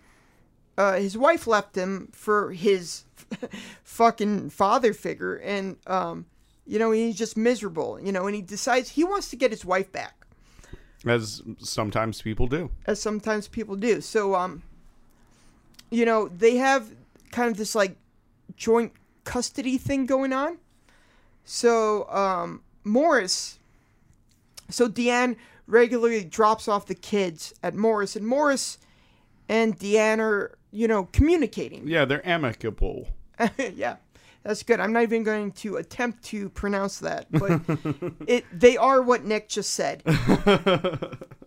Speaker 2: uh, his wife left him for his fucking father figure, and um, you know, he's just miserable. You know, and he decides he wants to get his wife back,
Speaker 3: As sometimes people do.
Speaker 2: as sometimes people do. So, um, you know, they have kind of this like joint custody thing going on. So, um, Morris, so Deanne regularly drops off the kids at Morris, and Morris and Deanne are, you know, communicating.
Speaker 3: Yeah, they're amicable.
Speaker 2: yeah, that's good. I'm not even going to attempt to pronounce that, but it they are what Nick just said.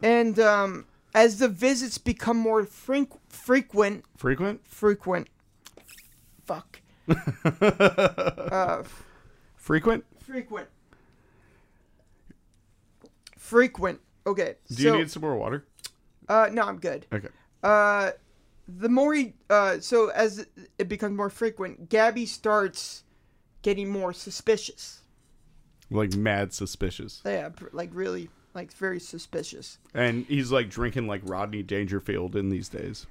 Speaker 2: and um, as the visits become more freq- frequent,
Speaker 3: Frequent?
Speaker 2: frequent, fuck,
Speaker 3: Frequent?
Speaker 2: frequent, frequent. Okay,
Speaker 3: Do
Speaker 2: so
Speaker 3: you need some more water?
Speaker 2: uh, no, I'm good.
Speaker 3: Okay.
Speaker 2: Uh, the more he, uh, so as it becomes more frequent, Gabby starts getting more suspicious.
Speaker 3: Like mad suspicious.
Speaker 2: Yeah, pr- like really, like very suspicious.
Speaker 3: And he's like drinking like Rodney Dangerfield in these days.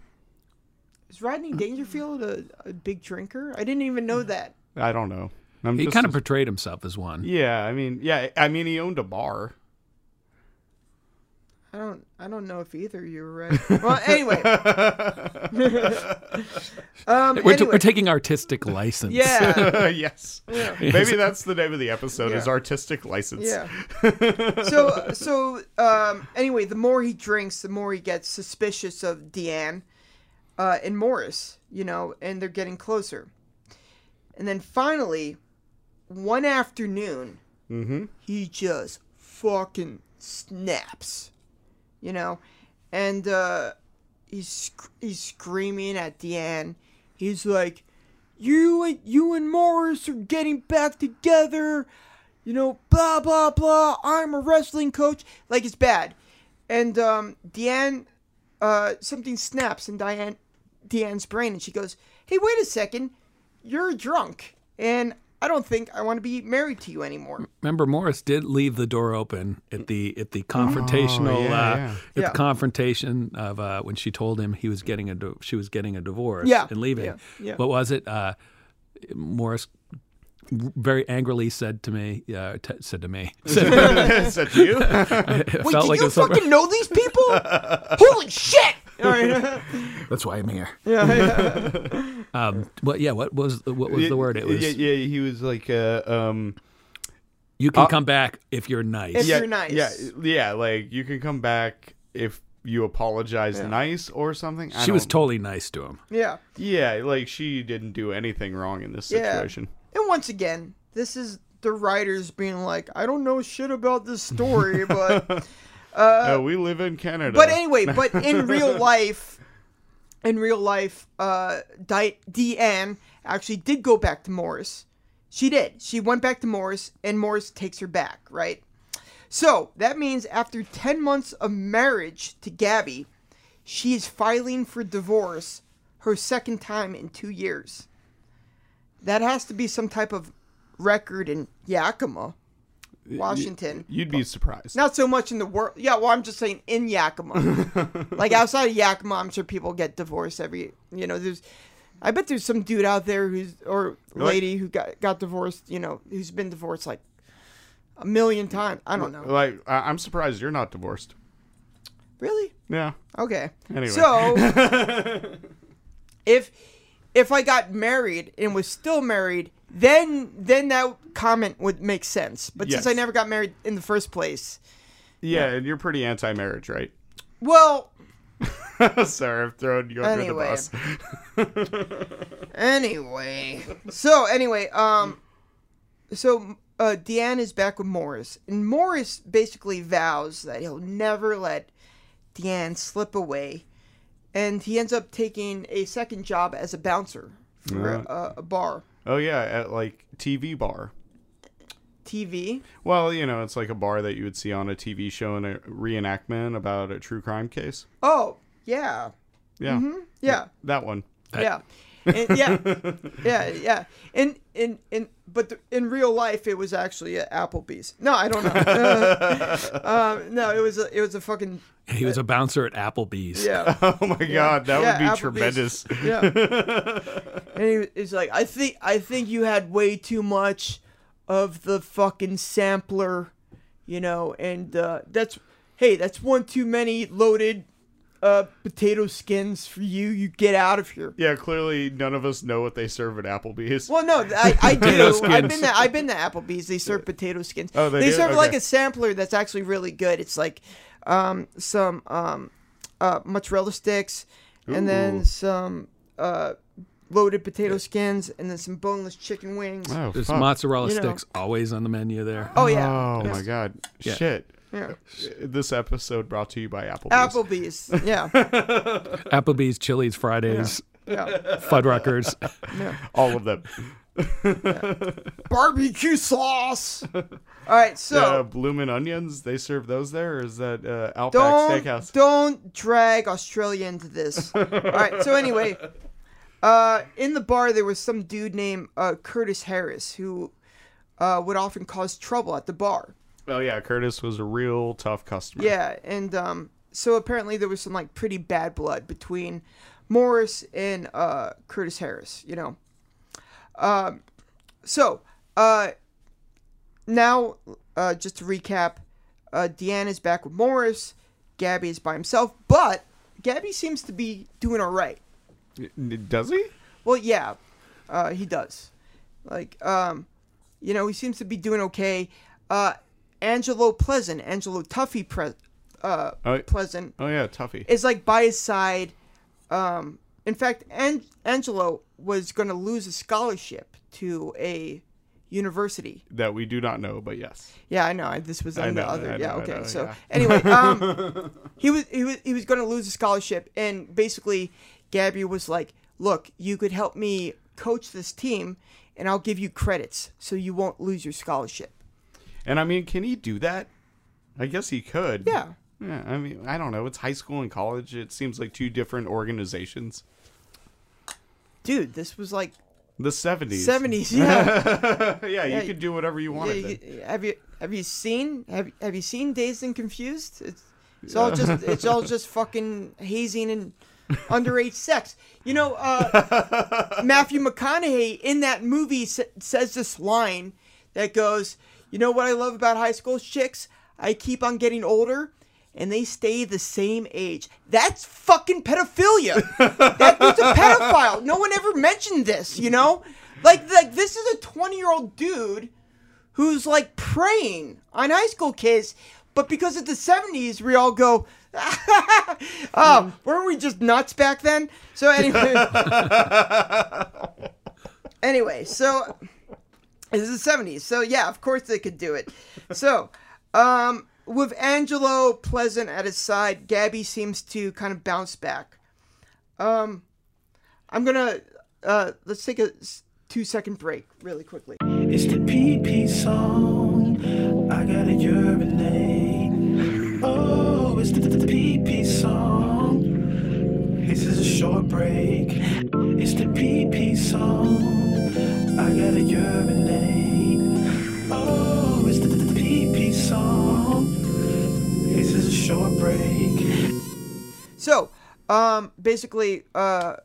Speaker 2: Is Rodney Dangerfield a, a big drinker? I didn't even know that.
Speaker 3: I don't know. I'm
Speaker 4: He
Speaker 3: just
Speaker 4: kind of portrayed himself as one.
Speaker 3: Yeah, I mean, yeah, I mean he owned a bar.
Speaker 2: I don't. I don't know if either you were right. Well, anyway. um.
Speaker 4: We're, t-
Speaker 2: anyway.
Speaker 4: we're taking artistic license.
Speaker 2: yeah.
Speaker 3: yes. Maybe that's the name of the episode is
Speaker 2: Yeah.
Speaker 3: artistic license.
Speaker 2: Yeah. so so um. Anyway, the more he drinks, the more he gets suspicious of Deanne, uh, and Morris. You know, and they're getting closer. And then finally, one afternoon, he just fucking snaps, you know, and uh, he's sc- he's screaming at Deanne. He's like, "You and you and Morris are getting back together," you know, blah blah blah. I'm a wrestling coach. Like it's bad, and um, Deanne, uh, something snaps in Diane, Deanne's brain, and she goes, "Hey, wait a second, you're drunk, and." I don't think I want to be married to you anymore.
Speaker 4: Remember, Morris did leave the door open at the at the confrontational
Speaker 3: yeah,
Speaker 4: uh,
Speaker 3: yeah.
Speaker 4: at
Speaker 2: Oh, Yeah.
Speaker 4: the confrontation of uh, when she told him he was getting a di- she was getting a divorce
Speaker 2: Yeah,
Speaker 4: and leaving.
Speaker 2: yeah, yeah.
Speaker 4: What was it? Uh, Morris very angrily said to me, uh, t- said to me, said,
Speaker 3: Is that you?
Speaker 4: it
Speaker 2: Wait,
Speaker 4: felt
Speaker 2: did
Speaker 4: like it
Speaker 2: you
Speaker 4: was something-
Speaker 2: fucking know these people? Holy shit! All right.
Speaker 4: That's why I'm here.
Speaker 2: Yeah, yeah.
Speaker 4: Um, well, yeah. What was what was the word? It was
Speaker 3: Yeah, yeah, he was like uh, um
Speaker 4: you can come back if you're nice.
Speaker 2: Uh, If
Speaker 3: yeah,
Speaker 2: you're nice.
Speaker 3: Yeah, yeah, like you can come back if you apologize nice or something. I
Speaker 4: she was
Speaker 3: don't-
Speaker 4: totally nice to him.
Speaker 2: yeah.
Speaker 3: Yeah, like she didn't do anything wrong in this
Speaker 2: Yeah.
Speaker 3: situation.
Speaker 2: And once again, this is the writers being like, I don't know shit about this story, but
Speaker 3: Uh, we live in Canada.
Speaker 2: but anyway, but in real life, in real life, uh, Di- Deanne actually did go back to Morris. She did. She went back to Morris, and Morris takes her back, right? So that means after 10 months of marriage to Gabby, she is filing for divorce her second time in two years. That has to be some type of record in Yakima, Washington.
Speaker 3: You'd be surprised.
Speaker 2: Not so much in the world. Yeah, well, I'm just saying in Yakima. like outside of Yakima, I'm sure people get divorced every. You know, there's. I bet there's some dude out there who's or lady who got got divorced. You know, who's been divorced like a million times. I don't know.
Speaker 3: Like I- I'm surprised you're not divorced.
Speaker 2: Really?
Speaker 3: Yeah.
Speaker 2: Okay.
Speaker 3: Anyway.
Speaker 2: So if if I got married and was still married, then then that comment would make sense. But since I
Speaker 3: Yes.
Speaker 2: never got married in the first place,
Speaker 3: Yeah, and you're pretty anti-marriage, right?
Speaker 2: well,
Speaker 3: Sorry, I've thrown you under
Speaker 2: Anyway.
Speaker 3: the bus.
Speaker 2: Anyway, so anyway, um, so uh, Deanne is back with Morris, and Morris basically vows that he'll never let Deanne slip away, and he ends up taking a second job as a bouncer for a- a, a bar,
Speaker 3: Oh yeah, at like TV bar.
Speaker 2: TV.
Speaker 3: Well, you know, it's like a bar that you would see on a TV show in a reenactment about a true crime case.
Speaker 2: Oh yeah,
Speaker 3: Yeah.
Speaker 2: Yeah.
Speaker 3: That one.
Speaker 2: yeah and, yeah yeah yeah and in in but the, in real life it was actually at applebee's no i don't know um, no it was a, it was a fucking
Speaker 4: He was a bouncer at Applebee's.
Speaker 2: yeah
Speaker 3: Oh my god, that
Speaker 2: Yeah,
Speaker 3: would be
Speaker 2: Applebee's.
Speaker 3: tremendous.
Speaker 2: yeah and he, was- he's like i think i think you had way too much of the fucking sampler you know and uh, that's hey that's one too many loaded uh, potato skins for you you get out of here
Speaker 3: Yeah, clearly none of us know what they serve at Applebee's.
Speaker 2: Well, no, I, I
Speaker 4: Potato
Speaker 2: do. I've been
Speaker 4: skins.
Speaker 2: to I've been to Applebee's. They serve potato skins.
Speaker 3: Oh, they do?
Speaker 2: serve like
Speaker 3: Okay.
Speaker 2: a sampler that's actually really good. It's like um, some um, uh, mozzarella sticks, and
Speaker 3: Ooh.
Speaker 2: then some uh, loaded potato skins, and then some boneless chicken wings.
Speaker 3: Oh,
Speaker 4: There's
Speaker 3: fuck.
Speaker 4: mozzarella
Speaker 2: You know.
Speaker 4: sticks always on the menu there.
Speaker 2: Oh yeah,
Speaker 3: Oh my god.
Speaker 4: Yeah.
Speaker 3: Shit. Uh,
Speaker 2: yeah.
Speaker 3: This episode brought to you by Applebee's.
Speaker 2: Applebee's. Yeah,
Speaker 4: Applebee's, Chili's, Fridays,
Speaker 2: yeah.
Speaker 4: Fuddruckers.
Speaker 3: All of them.
Speaker 2: Barbecue sauce. All right, so.
Speaker 3: uh, Bloomin' Onions, they serve those there, or is that uh, Outback
Speaker 2: don't
Speaker 3: Steakhouse?
Speaker 2: don't drag Australia into this. All right. So anyway, uh, in the bar there was some dude named uh, Curtis Harris who uh, would often cause trouble at the bar.
Speaker 3: Oh yeah, Curtis was a real tough customer.
Speaker 2: Yeah, and um, so apparently there was some like pretty bad blood between Morris and uh, Curtis Harris. You know. Um, so uh, now, uh, just to recap, uh, Deanna's back with Morris. Gabby is by himself, but Gabby seems to be doing all right.
Speaker 3: N- Does he?
Speaker 2: Well, yeah, uh, he does. Like, um, you know, he seems to be doing okay. Uh, Angelo Pleasant, Angelo Tuffy Pre- uh,
Speaker 3: Oh,
Speaker 2: Pleasant,
Speaker 3: oh yeah, Tuffy.
Speaker 2: is like by his side. Um, in fact, An- Angelo was going to lose a scholarship to a university.
Speaker 3: that we do not know, but yes.
Speaker 2: Yeah, I know. I- This was on
Speaker 3: I
Speaker 2: the
Speaker 3: know,
Speaker 2: other.
Speaker 3: I
Speaker 2: yeah,
Speaker 3: know, I
Speaker 2: okay.
Speaker 3: know,
Speaker 2: so
Speaker 3: yeah.
Speaker 2: anyway, um, he was he was he was going to lose a scholarship, and basically, Gabby was like, "Look, you could help me coach this team, and I'll give you credits, so you won't lose your scholarship."
Speaker 3: And I mean, can he do that? I guess he could.
Speaker 2: Yeah.
Speaker 3: Yeah, I mean, I don't know. It's high school and college. It seems like two different organizations.
Speaker 2: Dude, this was like
Speaker 3: The 70s.
Speaker 2: seventies. Yeah.
Speaker 3: yeah, you
Speaker 2: Yeah,
Speaker 3: could do whatever you
Speaker 2: Yeah,
Speaker 3: wanted.
Speaker 2: you-
Speaker 3: then.
Speaker 2: have you have you seen have have you seen Dazed and Confused? It's it's all just it's all just fucking hazing and underage sex. You know, uh, Matthew McConaughey in that movie sa- says this line that goes, "You know what I love about high school chicks? I keep on getting older." And they stay the same age. That's fucking pedophilia. That dude's a pedophile. No one ever mentioned this, you know? Like, like this is a 20 year old dude who's like preying on high school kids, but because of the 70s, we all go, oh, weren't we just nuts back then? So, anyway. anyway, so this is the 70s. So, yeah, of course they could do it. So, um, with Angelo Pleasant at his side, Gabby seems to kind of bounce back. Um, I'm gonna uh, let's take a s- two second break really quickly.
Speaker 5: It's the PP song. I gotta urinate. Oh, it's the, the, the PP song. This is a short break. It's the PP song. I gotta urinate. Oh, it's the, the, the PP song. This is a short break.
Speaker 2: So, um, basically, uh,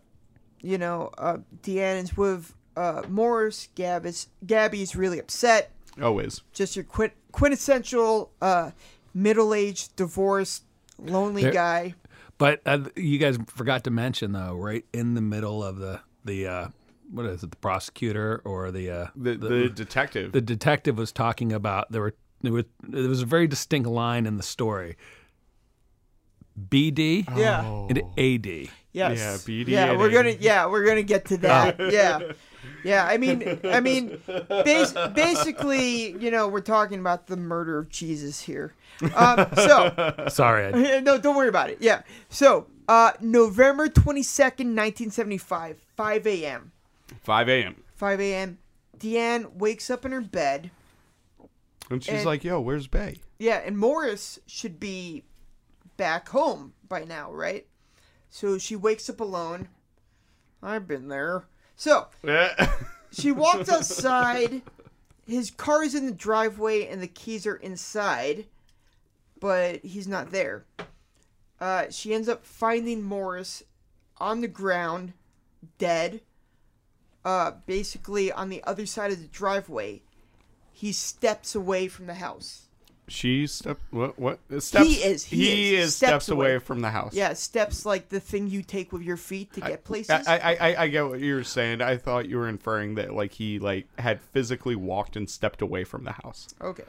Speaker 2: you know, uh, Deanna's with uh, Morris. Gab is Gabby's really upset.
Speaker 3: Always.
Speaker 2: Just your quint- quintessential uh, middle-aged, divorced, lonely
Speaker 4: There-
Speaker 2: guy.
Speaker 4: But uh, you guys forgot to mention though, right in the middle of the the uh, what is it, the prosecutor or the uh,
Speaker 3: The, the, detective.
Speaker 4: the detective was talking about there were there was there was a very distinct line in the story. BD
Speaker 2: Yeah.
Speaker 4: and AD.
Speaker 2: Yes.
Speaker 3: Oh. Yeah, BD
Speaker 2: Yeah,
Speaker 3: and
Speaker 2: we're
Speaker 3: A.
Speaker 2: gonna. Yeah, we're gonna get to that. yeah, yeah. I mean, I mean, bas- basically, you know, we're talking about the murder of Jesus here. Um, so
Speaker 3: Oh.
Speaker 4: Sorry, I,
Speaker 2: no, don't worry about it. Yeah. So uh, November twenty second, nineteen seventy five, five a.m.
Speaker 3: 5 a.m.
Speaker 2: 5 a.m. Deanne wakes up in her bed.
Speaker 3: And she's
Speaker 2: And-
Speaker 3: like, yo, where's Bay?
Speaker 2: Yeah, and Morris should be back home by now, right? So she wakes up alone. I've been there. So
Speaker 3: Yeah.
Speaker 2: she walked outside. His car is in the driveway and the keys are inside, but he's not there. Uh, she ends up finding Morris on the ground, dead, uh, basically on the other side of the driveway. He steps away from the house.
Speaker 3: she stepped. What? What? Steps,
Speaker 2: is, he is,
Speaker 3: steps,
Speaker 2: steps
Speaker 3: away.
Speaker 2: away.
Speaker 3: from the house.
Speaker 2: Yeah, steps like the thing you take with your feet to get places.
Speaker 3: I, I, I, I get what you were saying. I thought you were inferring that like he like had physically walked and stepped away from the house.
Speaker 2: okay.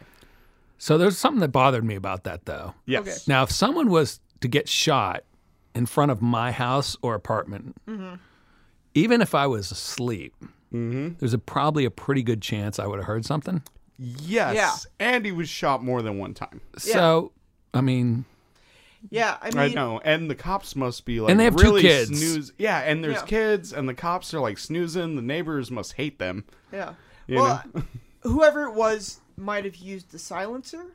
Speaker 4: So there's something that bothered me about that though.
Speaker 3: Yes.
Speaker 2: Okay.
Speaker 4: Now, if someone was to get shot in front of my house or apartment,
Speaker 2: Mm-hmm.
Speaker 4: even if I was asleep,
Speaker 2: Mm-hmm.
Speaker 4: there's a, probably a pretty good chance I would have heard something.
Speaker 3: Yes. And he was shot more than one time.
Speaker 4: So, I mean,
Speaker 2: Yeah, I mean,
Speaker 3: I know. And the cops must be like
Speaker 4: And they have two
Speaker 3: really
Speaker 4: kids.
Speaker 3: snooze. Yeah, and there's
Speaker 2: Yeah.
Speaker 3: kids and the cops are like snoozing. The neighbors must hate them.
Speaker 2: Yeah. well, whoever it was might have used the silencer.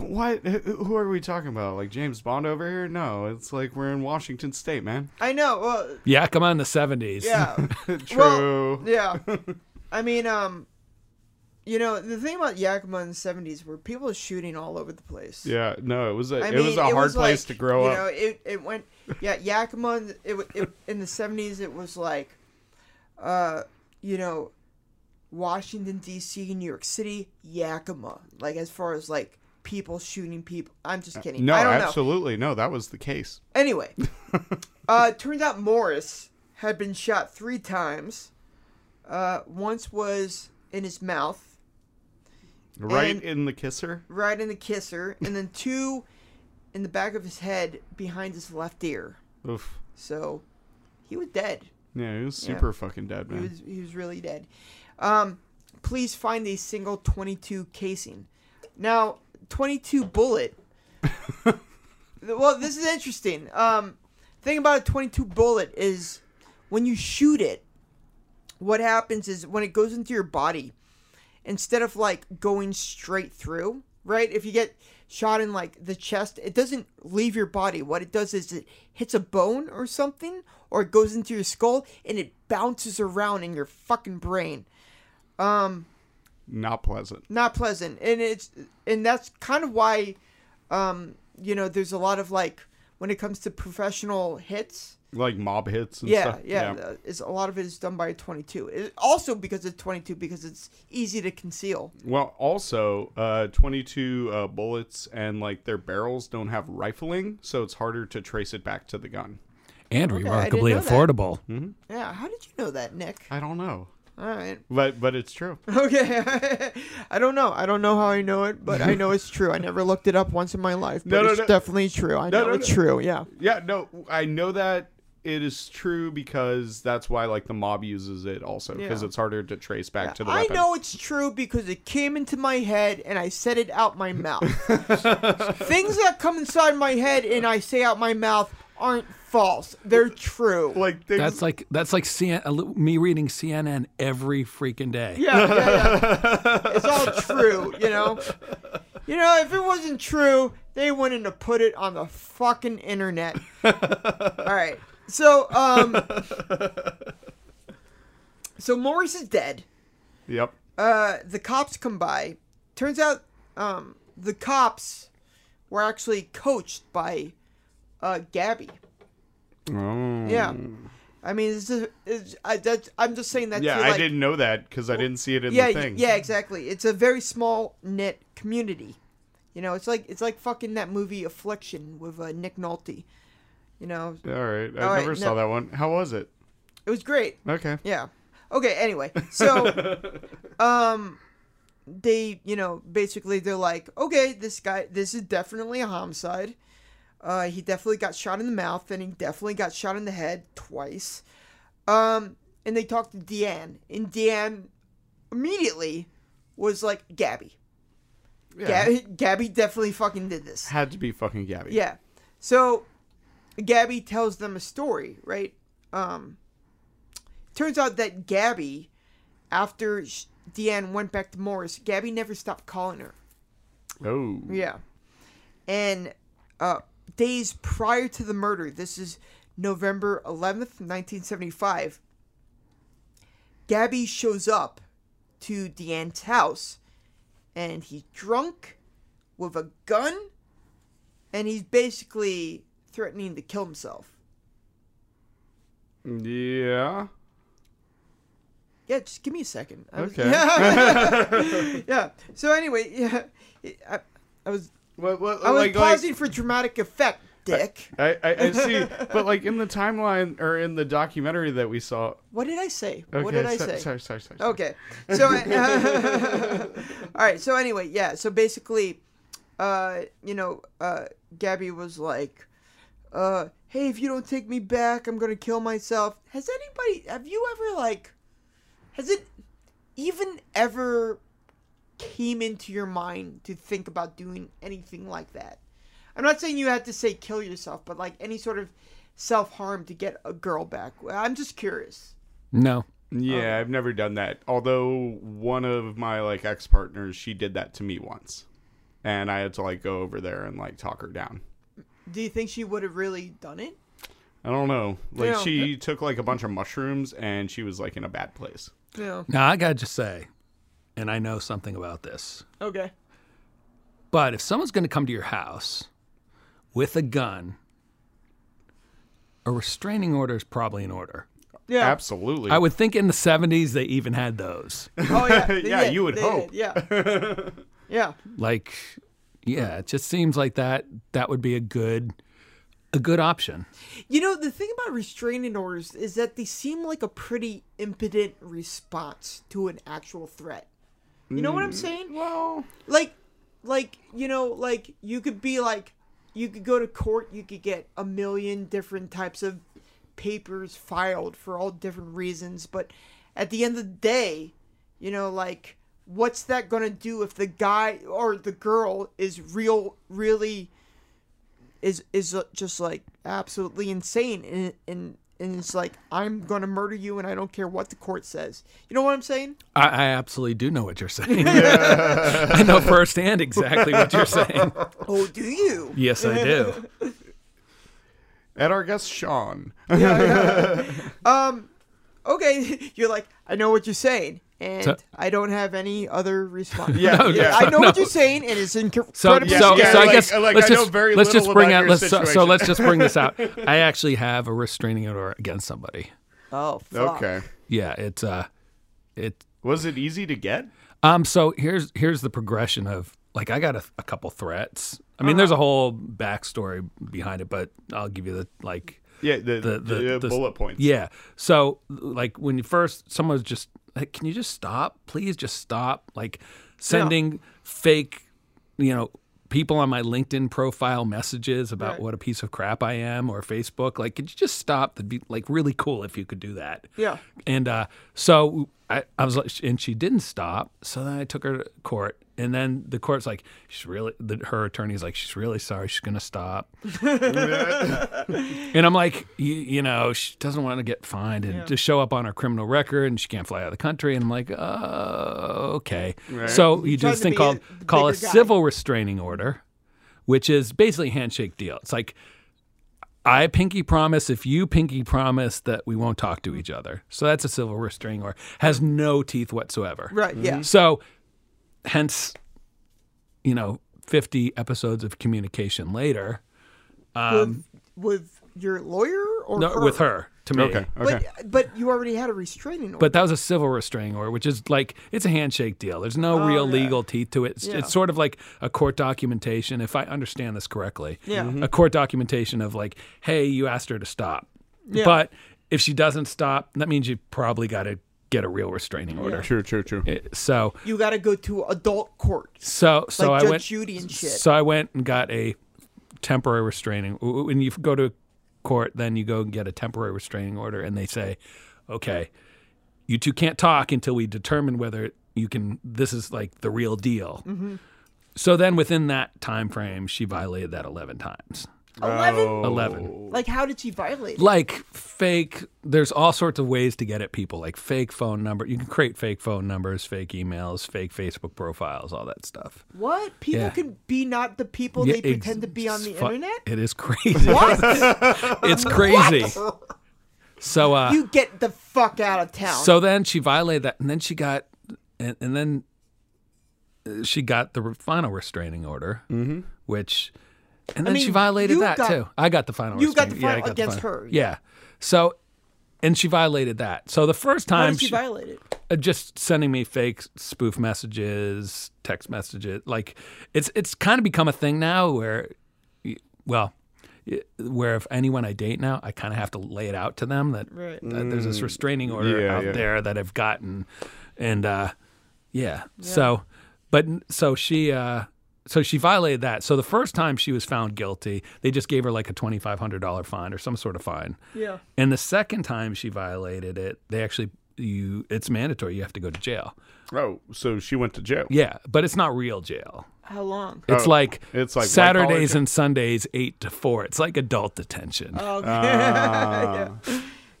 Speaker 3: What who are we talking about? Like James Bond over here? No, it's like we're in Washington state, man.
Speaker 2: I know. Well,
Speaker 4: yeah, come on, the 70s.
Speaker 2: yeah.
Speaker 3: True.
Speaker 2: Well, yeah. I mean, um, you know, the thing about Yakima in the seventies were people shooting all over the place.
Speaker 3: yeah, no, it was a
Speaker 2: I
Speaker 3: it
Speaker 2: mean,
Speaker 3: was a hard place
Speaker 2: like,
Speaker 3: to grow
Speaker 2: you
Speaker 3: up.
Speaker 2: Know, it, it went, yeah, Yakima. in the- It, wa- it in the seventies. It was like, uh, you know, Washington D.C., New York City, Yakima. Like as far as like people shooting people. I'm just kidding.
Speaker 3: Uh, no,
Speaker 2: I don't know.
Speaker 3: absolutely no. That was the case.
Speaker 2: Anyway, uh, turns out Morris had been shot three times. Uh, once was in his mouth,
Speaker 3: Right
Speaker 2: And-
Speaker 3: in the kisser.
Speaker 2: right in the kisser, and then two in the back of his head behind his left ear.
Speaker 3: Oof.
Speaker 2: So he was dead.
Speaker 3: Yeah, he was super fucking dead,
Speaker 2: He
Speaker 3: man.
Speaker 2: was he was really dead. Um, please find a single 22 casing. Now, 22 bullet. well, this is interesting. Um, thing about a 22 bullet is when you shoot it, what happens is when it goes into your body, instead of like going straight through, right? If you get shot in like the chest, it doesn't leave your body. What it does is it hits a bone or something, or it goes into your skull and it bounces around in your fucking brain.
Speaker 3: Not pleasant.
Speaker 2: Not pleasant. And it's and that's kind of why um, you know, there's a lot of like when it comes to professional hits,
Speaker 3: Like mob hits and
Speaker 2: yeah,
Speaker 3: stuff.
Speaker 2: yeah, uh, It's, a lot of it is done by a 22. It, also because it's 22 because it's easy to conceal.
Speaker 3: Well, also, uh, 22 uh, bullets and like their barrels don't have rifling, so it's harder to trace it back to the gun.
Speaker 4: And
Speaker 2: didn't
Speaker 4: remarkably
Speaker 2: know that. Mm-hmm.
Speaker 4: affordable.
Speaker 2: Yeah, how did you know that, Nick?
Speaker 3: I don't know,
Speaker 2: All right.
Speaker 3: but but it's true.
Speaker 2: Okay. I don't know. I don't know how I know it, but I know it's true. I never looked it up once in my life, but
Speaker 3: No, no,
Speaker 2: it's
Speaker 3: no.
Speaker 2: definitely true. I
Speaker 3: No,
Speaker 2: know
Speaker 3: no,
Speaker 2: it's
Speaker 3: no.
Speaker 2: true. Yeah.
Speaker 3: Yeah, no, I know that it is true because that's why like the mob uses it also because
Speaker 2: Yeah.
Speaker 3: it's harder to trace back to the
Speaker 2: I
Speaker 3: weapon.
Speaker 2: know it's true because it came into my head and I said it out my mouth. Things that come inside my head and I say out my mouth aren't false. They're true.
Speaker 3: Like things,
Speaker 4: That's like that's like CN, a li- me reading CNN every freaking day.
Speaker 2: yeah, yeah, yeah. It's all true, you know? You know, if it wasn't true, they wouldn't have put it on the fucking internet. all right. So, um. So Morris is dead.
Speaker 3: yep.
Speaker 2: Uh, the cops come by. Turns out, um, the cops were actually coached by, uh, Gabby.
Speaker 3: Oh.
Speaker 2: Yeah. I mean, it's just, it's, I, that's, I'm just saying that.
Speaker 3: Yeah,
Speaker 2: to,
Speaker 3: I
Speaker 2: like-
Speaker 3: didn't know that because I didn't see it in
Speaker 2: yeah,
Speaker 3: the
Speaker 2: y-
Speaker 3: thing.
Speaker 2: Yeah, exactly. It's a very small knit community. You know, it's like it's like fucking that movie Affliction with uh, Nick Nolte. You know,
Speaker 3: All right, I
Speaker 2: All right,
Speaker 3: never saw
Speaker 2: no.
Speaker 3: that one. How was it?
Speaker 2: it was great.
Speaker 3: Okay.
Speaker 2: Yeah. Okay. Anyway, so, um, they you know basically they're like, okay, this guy, this is definitely a homicide. Uh, he definitely got shot in the mouth, and he definitely got shot in the head twice. Um, and they talked to Deanne, and Deanne immediately was like, Gabby.
Speaker 3: Yeah.
Speaker 2: Gabby, Gabby definitely fucking did this.
Speaker 3: Had to be fucking Gabby.
Speaker 2: Yeah. So Gabby tells them a story, right? Um turns out that Gabby after sh- Deanne went back to Morris, Gabby never stopped calling her.
Speaker 3: Oh.
Speaker 2: Yeah. And uh days prior to the murder, this is November 11th, 1975, Gabby shows up to Deanne's house and he's drunk with a gun and he's basically threatening to kill himself.
Speaker 3: Yeah.
Speaker 2: Yeah, just give me a second. I was-
Speaker 3: Okay.
Speaker 2: yeah. So anyway, yeah, I, I was
Speaker 3: What, what,
Speaker 2: I was
Speaker 3: like, like-
Speaker 2: pausing for dramatic effect, Dick.
Speaker 3: I, I, I see, but like in the timeline or in the documentary that we saw.
Speaker 2: What did I say?
Speaker 3: Okay,
Speaker 2: what did I
Speaker 3: so-
Speaker 2: say? Oh,
Speaker 3: Sorry, sorry, sorry. sorry.
Speaker 2: Okay. So, all right. So anyway, yeah. So basically, uh, you know, uh, Gabby was like, uh, "Hey, if you don't take me back, I'm gonna kill myself." Has anybody? Have you ever like? Has it even ever came into your mind to think about doing anything like that? I'm not saying you had to say kill yourself, but like any sort of self harm to get a girl back. I'm just curious.
Speaker 4: No.
Speaker 3: Yeah, I've never done that. Although one of my like ex partners, she did that to me once, and I had to like go over there and like talk her down.
Speaker 2: Do you think she would have really done it?
Speaker 3: I don't know. Like
Speaker 2: Yeah.
Speaker 3: she took like a bunch of mushrooms and she was like in a bad place.
Speaker 2: No.
Speaker 4: Now I gotta just say, and I know something about this.
Speaker 2: Okay.
Speaker 4: But if someone's going to come to your house with a gun, a restraining order is probably in order.
Speaker 2: Yeah.
Speaker 3: Absolutely.
Speaker 4: I would think in the 70s they even had those.
Speaker 2: Oh yeah. They
Speaker 3: Yeah,
Speaker 2: did.
Speaker 3: you would
Speaker 2: They
Speaker 3: hope.
Speaker 2: did. Yeah. yeah.
Speaker 4: Like yeah, it just seems like that that would be a good a good option.
Speaker 2: You know the thing about restraining orders is that they seem like a pretty impotent response to an actual threat. You know what I'm saying?
Speaker 3: Well,
Speaker 2: Like, like you know, like you could be like, you could go to court. You could get a million different types of papers filed for all different reasons, but at the end of the day, you know, like what's that gonna do if the guy or the girl is real, really is is uh, just like absolutely insane and and and it's like I'm gonna murder you and I don't care what the court says. You know what I'm saying?
Speaker 4: I, I absolutely do know what you're saying. I know firsthand exactly what you're saying.
Speaker 2: Oh, do you?
Speaker 4: Yes, I do.
Speaker 3: and our guest Sean.
Speaker 2: okay, you're like, I know what you're saying, and
Speaker 4: So-
Speaker 2: I don't have any other response.
Speaker 3: Yeah, No, yeah.
Speaker 2: I know what you're saying, and it's inc-
Speaker 4: So,
Speaker 2: incredibly
Speaker 4: so,
Speaker 3: yeah,
Speaker 4: so I
Speaker 3: like-
Speaker 4: guess
Speaker 3: like,
Speaker 4: let's
Speaker 3: I know
Speaker 4: just
Speaker 3: very
Speaker 4: let's just
Speaker 3: little
Speaker 4: bring
Speaker 3: about
Speaker 4: out
Speaker 3: your
Speaker 4: let's so, so
Speaker 3: situation.
Speaker 4: let's just bring this out. I actually have a restraining order against somebody.
Speaker 2: Oh, fuck.
Speaker 3: Okay.
Speaker 4: Yeah, it's uh, it
Speaker 3: Was it easy to get?
Speaker 4: Um, so here's here's the progression of like I got a, a couple threats. I mean, there's a whole backstory behind it, but I'll give you the like
Speaker 3: Yeah, the,
Speaker 4: the the,
Speaker 3: the
Speaker 4: the-
Speaker 3: bullet points.
Speaker 4: Yeah. So like when you first, someone's just like, can you just stop? Please just stop. Like sending fake, you know, people on my LinkedIn profile messages about
Speaker 2: Right.
Speaker 4: what a piece of crap I am or Facebook. Like, could you just stop? That'd be like really cool if you could do that.
Speaker 2: Yeah.
Speaker 4: And uh, so I, I was like, and she didn't stop. So then I took her to court. And then the court's like, she's really, the, her attorney's like, she's really sorry. She's going to stop. And I'm like, you, you know, she doesn't want to get fined and just show up on her criminal record and she can't fly out of the country. And I'm like, uh, okay. So you do
Speaker 2: Trying
Speaker 4: this
Speaker 2: to
Speaker 4: thing
Speaker 2: be
Speaker 4: called
Speaker 2: the
Speaker 4: call a
Speaker 2: bigger guy.
Speaker 4: civil restraining order, which is basically a handshake deal. It's like, I pinky promise if you pinky promise that we won't talk to each other. So that's a civil restraining order. Has no teeth whatsoever.
Speaker 2: Right, yeah.
Speaker 4: So, hence, you know, 50 episodes of communication later
Speaker 2: With, with your lawyer or
Speaker 4: Mm-hmm. Um, no, with her to me.
Speaker 3: Okay. Okay.
Speaker 2: But, but you already had a restraining order.
Speaker 4: But that was a civil restraining order, which is like it's a handshake deal. There's no real legal teeth to it. It's,
Speaker 2: Oh, Yeah.
Speaker 4: it's sort of like a court documentation, if I understand this correctly.
Speaker 2: Yeah. Mhm.
Speaker 4: A court documentation of like, hey, you asked her to stop,
Speaker 2: Yeah.
Speaker 4: but if she doesn't stop, that means you probably got to get a real restraining order.
Speaker 3: True. True. True.
Speaker 4: So
Speaker 2: you got to go to adult court.
Speaker 4: so so
Speaker 2: Like
Speaker 4: I
Speaker 2: Judge
Speaker 4: went
Speaker 2: Judy and shit.
Speaker 4: So I went and got a temporary restraining. When you go to court, then you go and get a temporary restraining order, and they say, "Okay, you two can't talk until we determine whether you can. This is like the
Speaker 2: Mm-hmm.
Speaker 4: real deal." So then, within that time frame, she violated that eleven times.
Speaker 2: Eleven?
Speaker 4: Eleven.
Speaker 2: Like, how did she violate? it?
Speaker 4: Like fake. There's all sorts of ways to get at people. Like fake phone number. You can create fake phone numbers, fake emails, fake Facebook profiles, all that stuff.
Speaker 2: What? People
Speaker 4: Yeah.
Speaker 2: can be not the people
Speaker 4: Yeah,
Speaker 2: they
Speaker 4: ex-
Speaker 2: pretend to be on the
Speaker 4: it's fu-
Speaker 2: internet.
Speaker 4: It is crazy. it's crazy. So uh,
Speaker 2: You get the fuck out of town.
Speaker 4: So then she violated that, and then she got, and, and then uh, she got the re- final restraining order, mm-hmm. which, and then she
Speaker 2: mean,
Speaker 4: violated
Speaker 2: you
Speaker 4: that
Speaker 2: got-
Speaker 4: too. I got the final.
Speaker 2: you got the
Speaker 4: restraining- yeah, I
Speaker 2: final against
Speaker 4: final-
Speaker 2: her.
Speaker 4: Yeah, so, and she violated that. So the first
Speaker 2: how
Speaker 4: time
Speaker 2: did she,
Speaker 4: she-
Speaker 2: violate it?
Speaker 4: uh, just sending me fake spoof messages, text messages. Like it's it's kind of become a thing now where, y- well, y- where if anyone I date now, I kind of have to lay it out to them that,
Speaker 2: Right.
Speaker 4: that Uh, there's this restraining order
Speaker 3: Mm, yeah,
Speaker 4: out
Speaker 3: yeah.
Speaker 4: there that I've gotten, and uh, yeah. So, but n- so she. Uh, so she violated that. So the first time she was found guilty, they just gave her like a twenty five hundred dollar fine or some sort of fine.
Speaker 2: Yeah.
Speaker 4: And the second time she violated it, they actually you it's mandatory. You have to go to jail.
Speaker 3: Oh, so she went to jail.
Speaker 4: Yeah, but it's not real jail.
Speaker 2: How long?
Speaker 4: It's
Speaker 3: Oh,
Speaker 4: like
Speaker 3: it's like white collar
Speaker 4: Saturdays
Speaker 3: jail.
Speaker 4: and Sundays eight to four. It's like adult detention.
Speaker 2: Okay. yeah.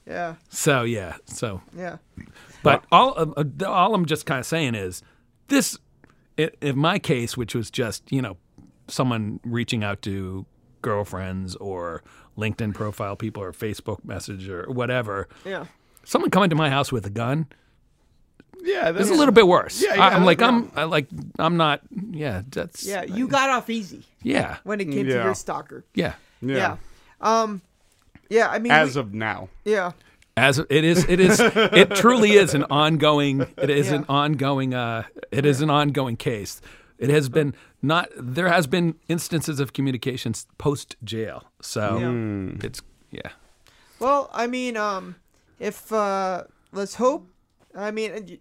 Speaker 2: Yeah.
Speaker 4: So yeah, so
Speaker 2: Yeah.
Speaker 4: but all um, uh, all I'm just kind of saying is this i in my case, which was just you know someone reaching out to girlfriends or LinkedIn profile people or Facebook message or whatever.
Speaker 2: Yeah.
Speaker 4: Someone coming to my house with a gun.
Speaker 3: Yeah, that's
Speaker 4: It's a little bit worse.
Speaker 3: Yeah,
Speaker 4: I,
Speaker 3: yeah,
Speaker 4: I'm like
Speaker 3: yeah.
Speaker 4: I'm I like I'm not. Yeah, that's
Speaker 2: Yeah. You got off easy
Speaker 4: yeah
Speaker 2: when it came to
Speaker 3: Yeah.
Speaker 2: your stalker.
Speaker 4: yeah.
Speaker 2: Yeah. Um. Yeah. I mean.
Speaker 3: As
Speaker 2: we-
Speaker 3: of now,
Speaker 2: yeah.
Speaker 4: As it is, it is, it truly is an ongoing. It is an
Speaker 2: Yeah.
Speaker 4: ongoing. Uh, it is an ongoing case. It has been not. There has been instances of communications post jail. So
Speaker 2: Yeah.
Speaker 4: it's yeah.
Speaker 2: Well, I mean, um, if uh, let's hope. I mean, uh, y-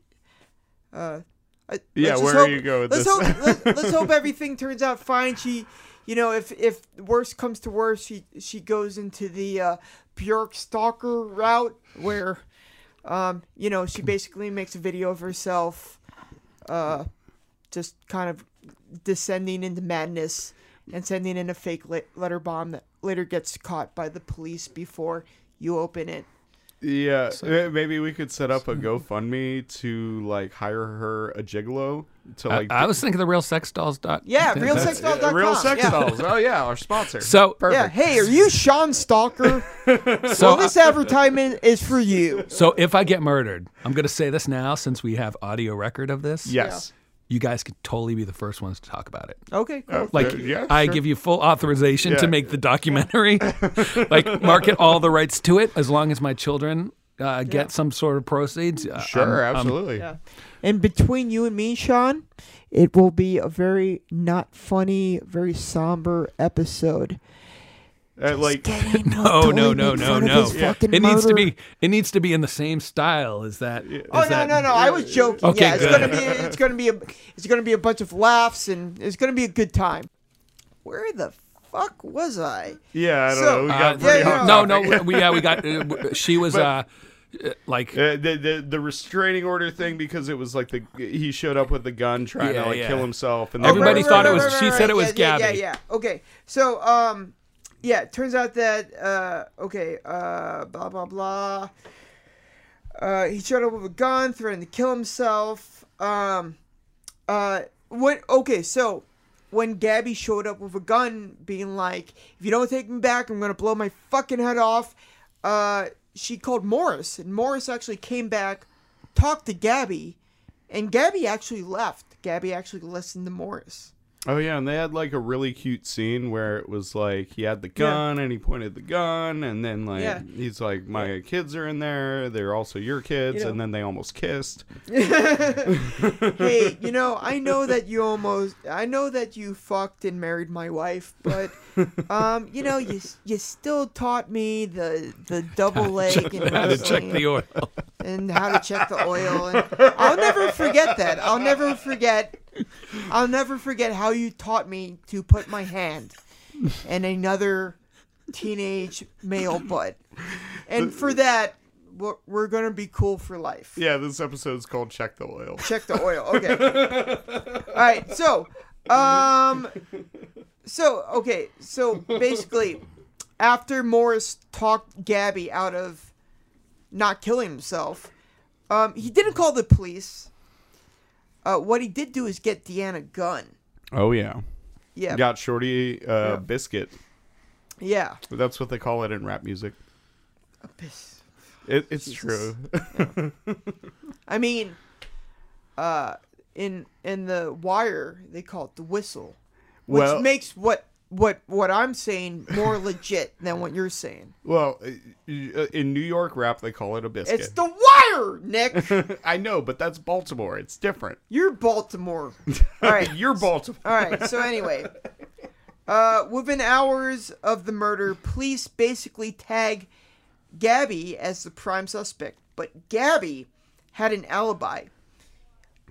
Speaker 2: uh, I-
Speaker 3: Yeah,
Speaker 2: let's just
Speaker 3: where are
Speaker 2: hope,
Speaker 3: you going with
Speaker 2: let's
Speaker 3: this?
Speaker 2: Hope, let, let's hope everything turns out fine. She, you know, if if worst comes to worst, she she goes into the uh, Bjork stalker route where, um, you know, she basically makes a video of herself, uh, just kind of descending into madness and sending in a fake le- letter bomb that later gets caught by the police before you open it.
Speaker 3: yeah, eh, maybe we could set up a GoFundMe to like hire her a gigolo to like
Speaker 4: I, I was thinking the real sex dolls. Dot,
Speaker 2: Yeah, real
Speaker 4: that's-
Speaker 2: sex doll dot
Speaker 3: real
Speaker 2: com,
Speaker 3: sex
Speaker 2: yeah.
Speaker 3: dolls. Oh yeah, our sponsor.
Speaker 4: So
Speaker 2: Yeah, hey, are you Sean Stalker?
Speaker 4: so
Speaker 2: well, this advertisement is for you.
Speaker 4: so if I get murdered, I'm gonna say this now since we have audio record of this.
Speaker 3: yes,
Speaker 4: you guys could totally be the first ones to talk about it.
Speaker 2: Okay, cool.
Speaker 4: Like
Speaker 3: Uh, yeah,
Speaker 4: I
Speaker 3: sure.
Speaker 4: give you full authorization
Speaker 3: Yeah.
Speaker 4: to make the documentary. like market all the rights to it as long as my children uh, get some sort of proceeds. Uh,
Speaker 3: sure,
Speaker 4: I'm- I'm-
Speaker 3: absolutely.
Speaker 2: Yeah. And between you and me, Sean, it will be a very not funny, very somber episode.
Speaker 3: Uh, like
Speaker 4: no, oh, no, no, no, no. It
Speaker 2: It
Speaker 4: needs to be. It needs to be in the same style as that.
Speaker 2: Oh
Speaker 4: as
Speaker 2: no,
Speaker 4: that-
Speaker 2: no, no! I was joking.
Speaker 4: Okay,
Speaker 2: yeah, it's
Speaker 4: good.
Speaker 2: gonna be, it's gonna be, a, it's gonna be a bunch of laughs, and it's gonna be a good time. Where the fuck was I?
Speaker 3: yeah, I don't
Speaker 2: So,
Speaker 3: know. We
Speaker 2: uh,
Speaker 3: got
Speaker 2: yeah,
Speaker 3: pretty
Speaker 2: yeah.
Speaker 3: off
Speaker 4: no,
Speaker 3: topic.
Speaker 4: no. we- We, yeah, we got. Uh, w- she was uh, uh, like.
Speaker 3: Uh, the, the the restraining order thing because it was like the he showed up with the gun trying
Speaker 4: Yeah,
Speaker 3: to like
Speaker 4: yeah.
Speaker 3: kill himself
Speaker 2: Oh,
Speaker 3: and
Speaker 4: Everybody
Speaker 3: they were-
Speaker 4: thought it was- she said it was
Speaker 2: yeah,
Speaker 4: Gabby.
Speaker 2: Yeah, yeah, yeah. Okay. So, um, yeah, it turns out that, uh, okay, uh, blah, blah, blah. Uh, he showed up with a gun, threatened to kill himself. Um, uh, when, okay, so when Gabby showed up with a gun, being like, if you don't take me back, I'm going to blow my fucking head off, uh, she called Morris, and Morris actually came back, talked to Gabby, and Gabby actually left. Gabby actually listened to Morris.
Speaker 3: Oh yeah, and they had like a really cute scene where it was like he had the gun and he pointed the gun and then like
Speaker 2: Yeah.
Speaker 3: he's like my kids are in there, they're also your kids
Speaker 2: You know.
Speaker 3: and then they almost kissed.
Speaker 2: hey, you know, I know that you almost, I know that you fucked and married my wife, but, um, you know, you you still taught me the the double leg and
Speaker 4: Had to check
Speaker 2: wrestling
Speaker 4: the oil.
Speaker 2: and how to check the oil. And I'll never forget that. I'll never forget. I'll never forget how you taught me to put my hand in another teenage male butt, and for that, we're, we're gonna be cool for life
Speaker 3: Yeah, this episode's called Check the Oil.
Speaker 2: check the oil. Okay. All right. So, um, So okay, so basically, after Morris talked Gabby out of not killing himself, um, he didn't call the police. Uh, what he did do is get Deanna a gun.
Speaker 3: Oh yeah,
Speaker 2: Yeah,
Speaker 3: got Shorty uh, biscuit.
Speaker 2: yeah.
Speaker 3: That's what they call it in rap music.
Speaker 2: Piss.
Speaker 3: It, it's true.
Speaker 2: I mean, uh, in in the Wire they call it the whistle, which
Speaker 3: Well-
Speaker 2: makes what what what I'm saying more legit than what you're saying.
Speaker 3: well, uh, in New York rap, they call it a biscuit.
Speaker 2: It's the Wire, Nick.
Speaker 3: I know, but that's Baltimore. It's different.
Speaker 2: You're Baltimore. All right.
Speaker 3: You're Baltimore.
Speaker 2: All right. So anyway, uh, within hours of the murder, police basically tag Gabby as the prime suspect, but Gabby had an alibi.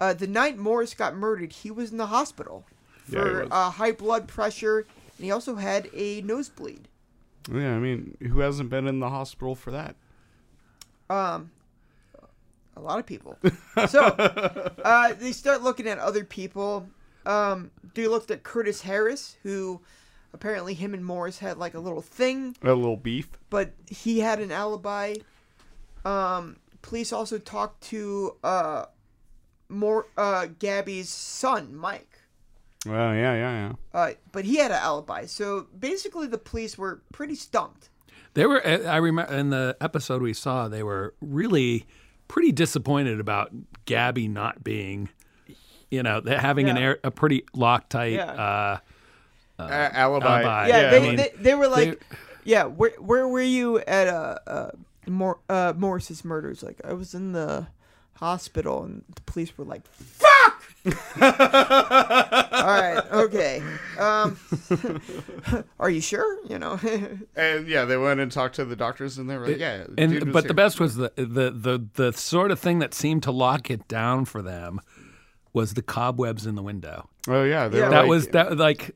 Speaker 2: Uh, the night Morris got murdered, he was in the hospital
Speaker 3: Yeah, he
Speaker 2: for
Speaker 3: was.
Speaker 2: uh, high blood pressure, and he also had a nosebleed.
Speaker 3: Yeah, I mean, who hasn't been in the hospital for that?
Speaker 2: a lot of people. So uh, they start looking at other people. Um, they looked at Curtis Harris, who apparently him and Morris had like a little thing,
Speaker 3: A little beef.
Speaker 2: but he had an alibi. Um, police also talked to uh, more uh, Gabby's son, Mike.
Speaker 3: Well, Oh, yeah, yeah, yeah.
Speaker 2: Uh, but he had an alibi, so basically the police were pretty stumped.
Speaker 4: They were. eh, I remember in the episode we saw, they were really pretty disappointed about Gabby not being, you know, that having an
Speaker 2: Yeah.
Speaker 4: air, a pretty loctite.
Speaker 2: Yeah.
Speaker 4: Uh,
Speaker 3: A- alibi.
Speaker 4: alibi.
Speaker 2: Yeah,
Speaker 4: Yeah,
Speaker 2: they,
Speaker 4: I mean,
Speaker 2: they they were like, yeah, where where were you at uh, uh, Mor- uh Morris's murders? Like I was in the hospital, and the police were like, "Fuck!" All right, okay. Um, are you sure? You know,
Speaker 3: And yeah, they went and talked to the doctors, and they were like, "Yeah." dude
Speaker 4: and
Speaker 3: was
Speaker 4: but
Speaker 3: here.
Speaker 4: the best was the, the the the sort of thing that seemed to lock it down for them was the cobwebs in the window.
Speaker 3: Oh yeah, they were
Speaker 4: that
Speaker 3: like-
Speaker 4: was that like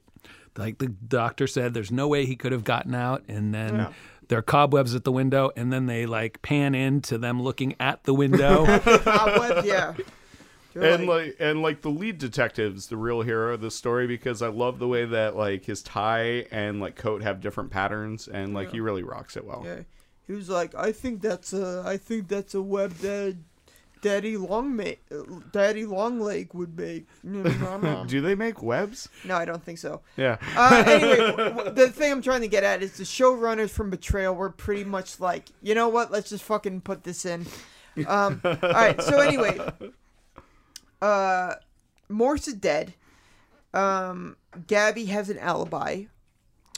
Speaker 4: like the doctor said there's no way he could have gotten out and then there are cobwebs at the window and then they like pan into them looking at the window
Speaker 2: cobwebs, yeah. They're
Speaker 3: and
Speaker 2: like,
Speaker 3: like and like the lead detective's the real hero of the story because I love the way that like his tie and like coat have different patterns, and like he really rocks it well.
Speaker 2: yeah. he was like, I think that's a, I think that's a web that Daddy Long Daddy Longleg would make.
Speaker 3: Um, Do they make webs?
Speaker 2: no, I don't think so.
Speaker 3: Yeah.
Speaker 2: uh, anyway, w- w- the thing I'm trying to get at is the showrunners from Betrayal were pretty much like, you know what? Let's just fucking put this in. Um, all right. So anyway, uh, Morse is dead. Um, Gabby has an alibi.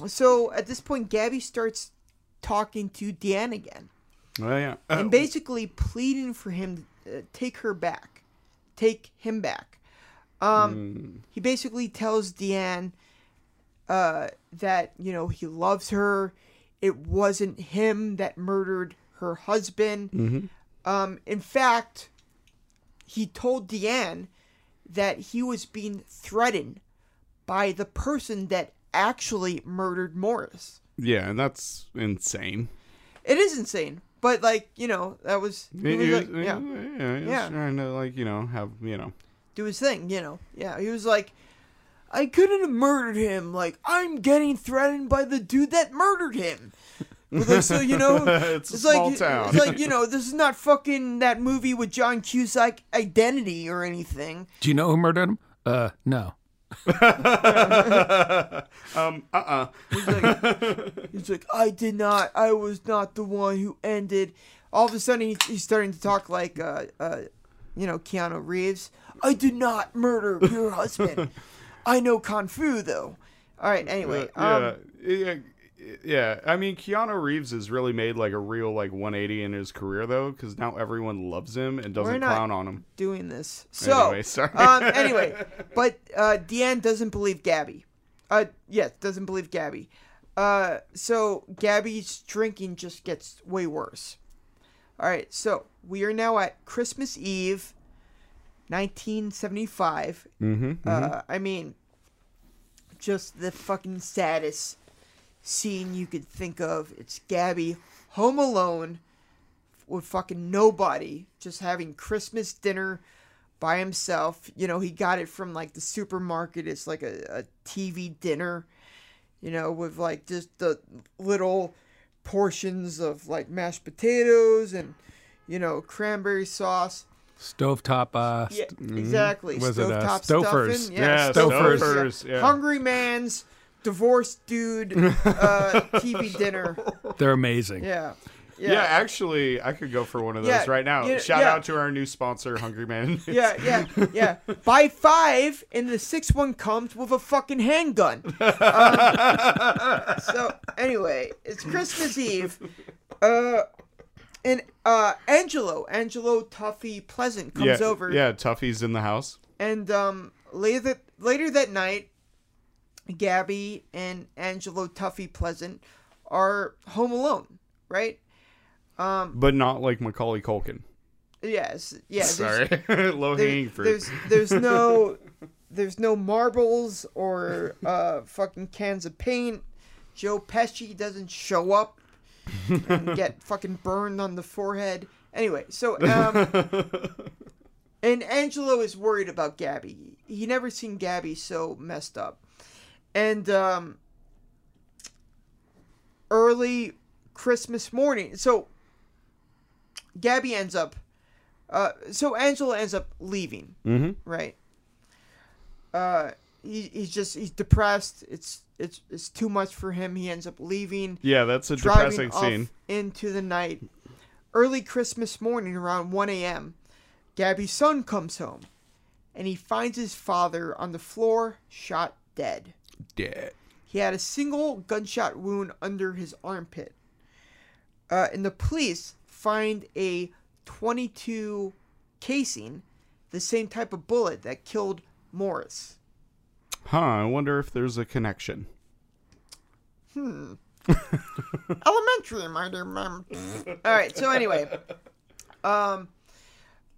Speaker 2: So at this point, Gabby starts talking to Deanne again
Speaker 3: well, yeah. Uh,
Speaker 2: and basically pleading for him to uh, take her back, take him back. Um, He basically tells Deanne uh, that you know he loves her. It wasn't him that murdered her husband. Um, in fact, he told Deanne that he was being threatened by the person that actually murdered Morris.
Speaker 3: yeah, and that's insane.
Speaker 2: It is insane, but like you know, that was, he was like- yeah.
Speaker 3: yeah, yeah, he was
Speaker 2: Yeah.
Speaker 3: trying to like you know have you know
Speaker 2: do his thing, you know. Yeah, he was like, I couldn't have murdered him. Like, I'm getting threatened by the dude that murdered him. But, like, so, you know,
Speaker 3: It's a small
Speaker 2: like,
Speaker 3: town.
Speaker 2: It's like, you know, this is not fucking that movie with John Cusack identity or anything.
Speaker 4: do you know who murdered him uh no
Speaker 3: um uh uh
Speaker 2: He's like, I did not. I was not the one who ended. All of a sudden, he, he's starting to talk like, uh, uh, you know, Keanu Reeves. I did not murder your husband. I know Kung Fu, though. All right, anyway. um,
Speaker 3: yeah, yeah, yeah. I mean, Keanu Reeves has really made like a real like 180 in his career though, because now everyone loves him and doesn't
Speaker 2: We're not-
Speaker 3: clown on him.
Speaker 2: doing this. So
Speaker 3: Anyway, sorry.
Speaker 2: um, anyway, but uh, Deanne doesn't believe Gabby. Uh, yes, doesn't believe Gabby. Uh, so Gabby's drinking just gets way worse. All right, so we are now at Christmas Eve, 1975. Mm-hmm, Uh, I mean, just the fucking saddest scene you could think of. It's Gabby home alone with fucking nobody, just having Christmas dinner by himself. You know, he got it from like the supermarket. It's like a, a TV dinner. you know, with like just the little portions of like mashed potatoes and you know cranberry sauce.
Speaker 4: Stovetop. Uh,
Speaker 2: Yeah, exactly.
Speaker 4: Was it, uh,
Speaker 2: Stovetop
Speaker 4: Stouffer's?
Speaker 2: stuffing.
Speaker 3: Yeah,
Speaker 2: Stouffer's,
Speaker 3: Stouffer's, yeah.
Speaker 2: Hungry man's divorced dude uh, TV dinner.
Speaker 4: They're amazing.
Speaker 2: Yeah.
Speaker 3: Yeah. actually, I could go for one of those
Speaker 2: Yeah,
Speaker 3: right now.
Speaker 2: yeah,
Speaker 3: Shout
Speaker 2: yeah.
Speaker 3: out to our new sponsor, Hungry Man.
Speaker 2: Yeah, yeah, yeah. By five, and the sixth one comes with a fucking handgun. Um, so anyway, it's Christmas Eve. Uh, and uh, Angelo, Angelo Tuffy Pleasant comes
Speaker 3: yeah,
Speaker 2: over,
Speaker 3: Yeah, Tuffy's in the house.
Speaker 2: and um, later that later that night, Gabby and Angelo Tuffy Pleasant are home alone, right?
Speaker 3: But not like Macaulay Culkin.
Speaker 2: Yes, yes.
Speaker 3: Sorry. Low
Speaker 2: There-
Speaker 3: hanging fruit.
Speaker 2: There's there's no there's no marbles or uh, fucking cans of paint. Joe Pesci doesn't show up and get fucking burned on the forehead. Anyway, so um, and Angelo is worried about Gabby. He never seen Gabby so messed up, and um, early Christmas morning. So Gabby ends up uh, so Angela ends up leaving, mm-hmm. right? Uh, he, he's just he's depressed. It's it's it's too much for him. He ends up leaving,
Speaker 3: Yeah, that's a
Speaker 2: driving
Speaker 3: depressing
Speaker 2: off
Speaker 3: scene.
Speaker 2: into the night. Early Christmas morning, around one a.m., Gabby's son comes home, and he finds his father on the floor, shot dead.
Speaker 3: Dead.
Speaker 2: He had a single gunshot wound under his armpit. Uh, and the police find a 22 casing, the same type of bullet that killed Morris.
Speaker 3: Huh, I wonder if there's a connection.
Speaker 2: Elementary, my dear mom. All right. So anyway, um,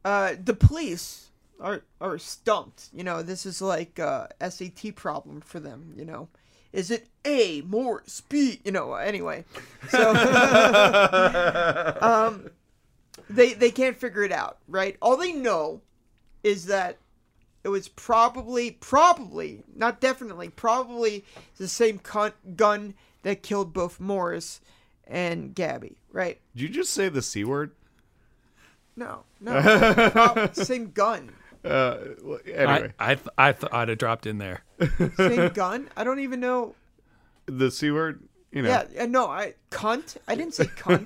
Speaker 2: uh, the police are are stumped. You know, this is like a SAT problem for them. You know, is it A Morris B? You know. Anyway, so. um, they they can't figure it out, right? All they know is that it was probably probably not definitely probably the same con- gun that killed both Morris and Gabby, right?
Speaker 3: Did you just say the C word?
Speaker 2: No, no, Prob- same gun,
Speaker 3: Uh, well, anyway,
Speaker 4: I I, th- I thought I'd have dropped in there.
Speaker 2: same gun. I don't even know.
Speaker 3: the C word, you know.
Speaker 2: Yeah, uh, no, I cunt. I didn't say cunt.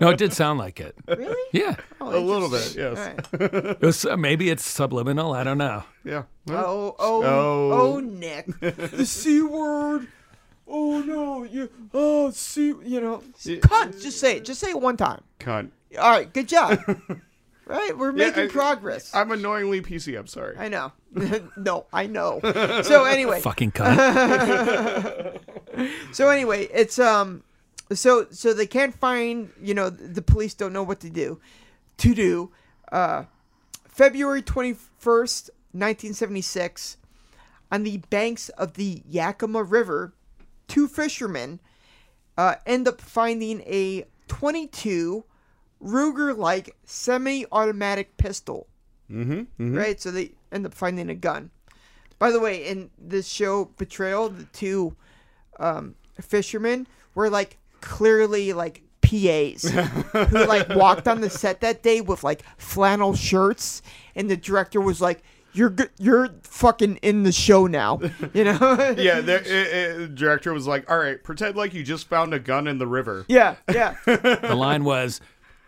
Speaker 4: No, it did sound like it.
Speaker 2: Really?
Speaker 4: Yeah,
Speaker 2: Oh,
Speaker 3: A little
Speaker 2: interesting.
Speaker 3: bit, yes.
Speaker 2: All right.
Speaker 4: it was, uh, maybe it's subliminal. I don't know.
Speaker 3: Yeah.
Speaker 2: Oh, oh,
Speaker 3: Oh.
Speaker 2: oh, Nick, the c word. Oh no, you. Oh, c. You know, cunt. Just say it. Just say it one time.
Speaker 3: Cunt.
Speaker 2: All right, good job. right, we're
Speaker 3: Yeah,
Speaker 2: making
Speaker 3: I-
Speaker 2: progress. I,
Speaker 3: I'm annoyingly PC. I'm sorry.
Speaker 2: know. no, I know. So anyway,
Speaker 4: Fucking cunt.
Speaker 2: so anyway, it's um, so so they can't find. You know, the police don't know what to do. To do, uh, February twenty first, nineteen seventy six, on the banks of the Yakima River, two fishermen uh, end up finding a twenty two Ruger like semi automatic pistol. right? So they end up finding a gun. By the way, in this show Betrayal, the two um, fishermen were like clearly like PAs who like walked on the set that day with like flannel shirts, and the director was like, "You're good, you're fucking in the show now," you know?
Speaker 3: Yeah, there, i i director was like, "All right, pretend like you just found a gun in the river."
Speaker 2: yeah, yeah.
Speaker 4: the line was,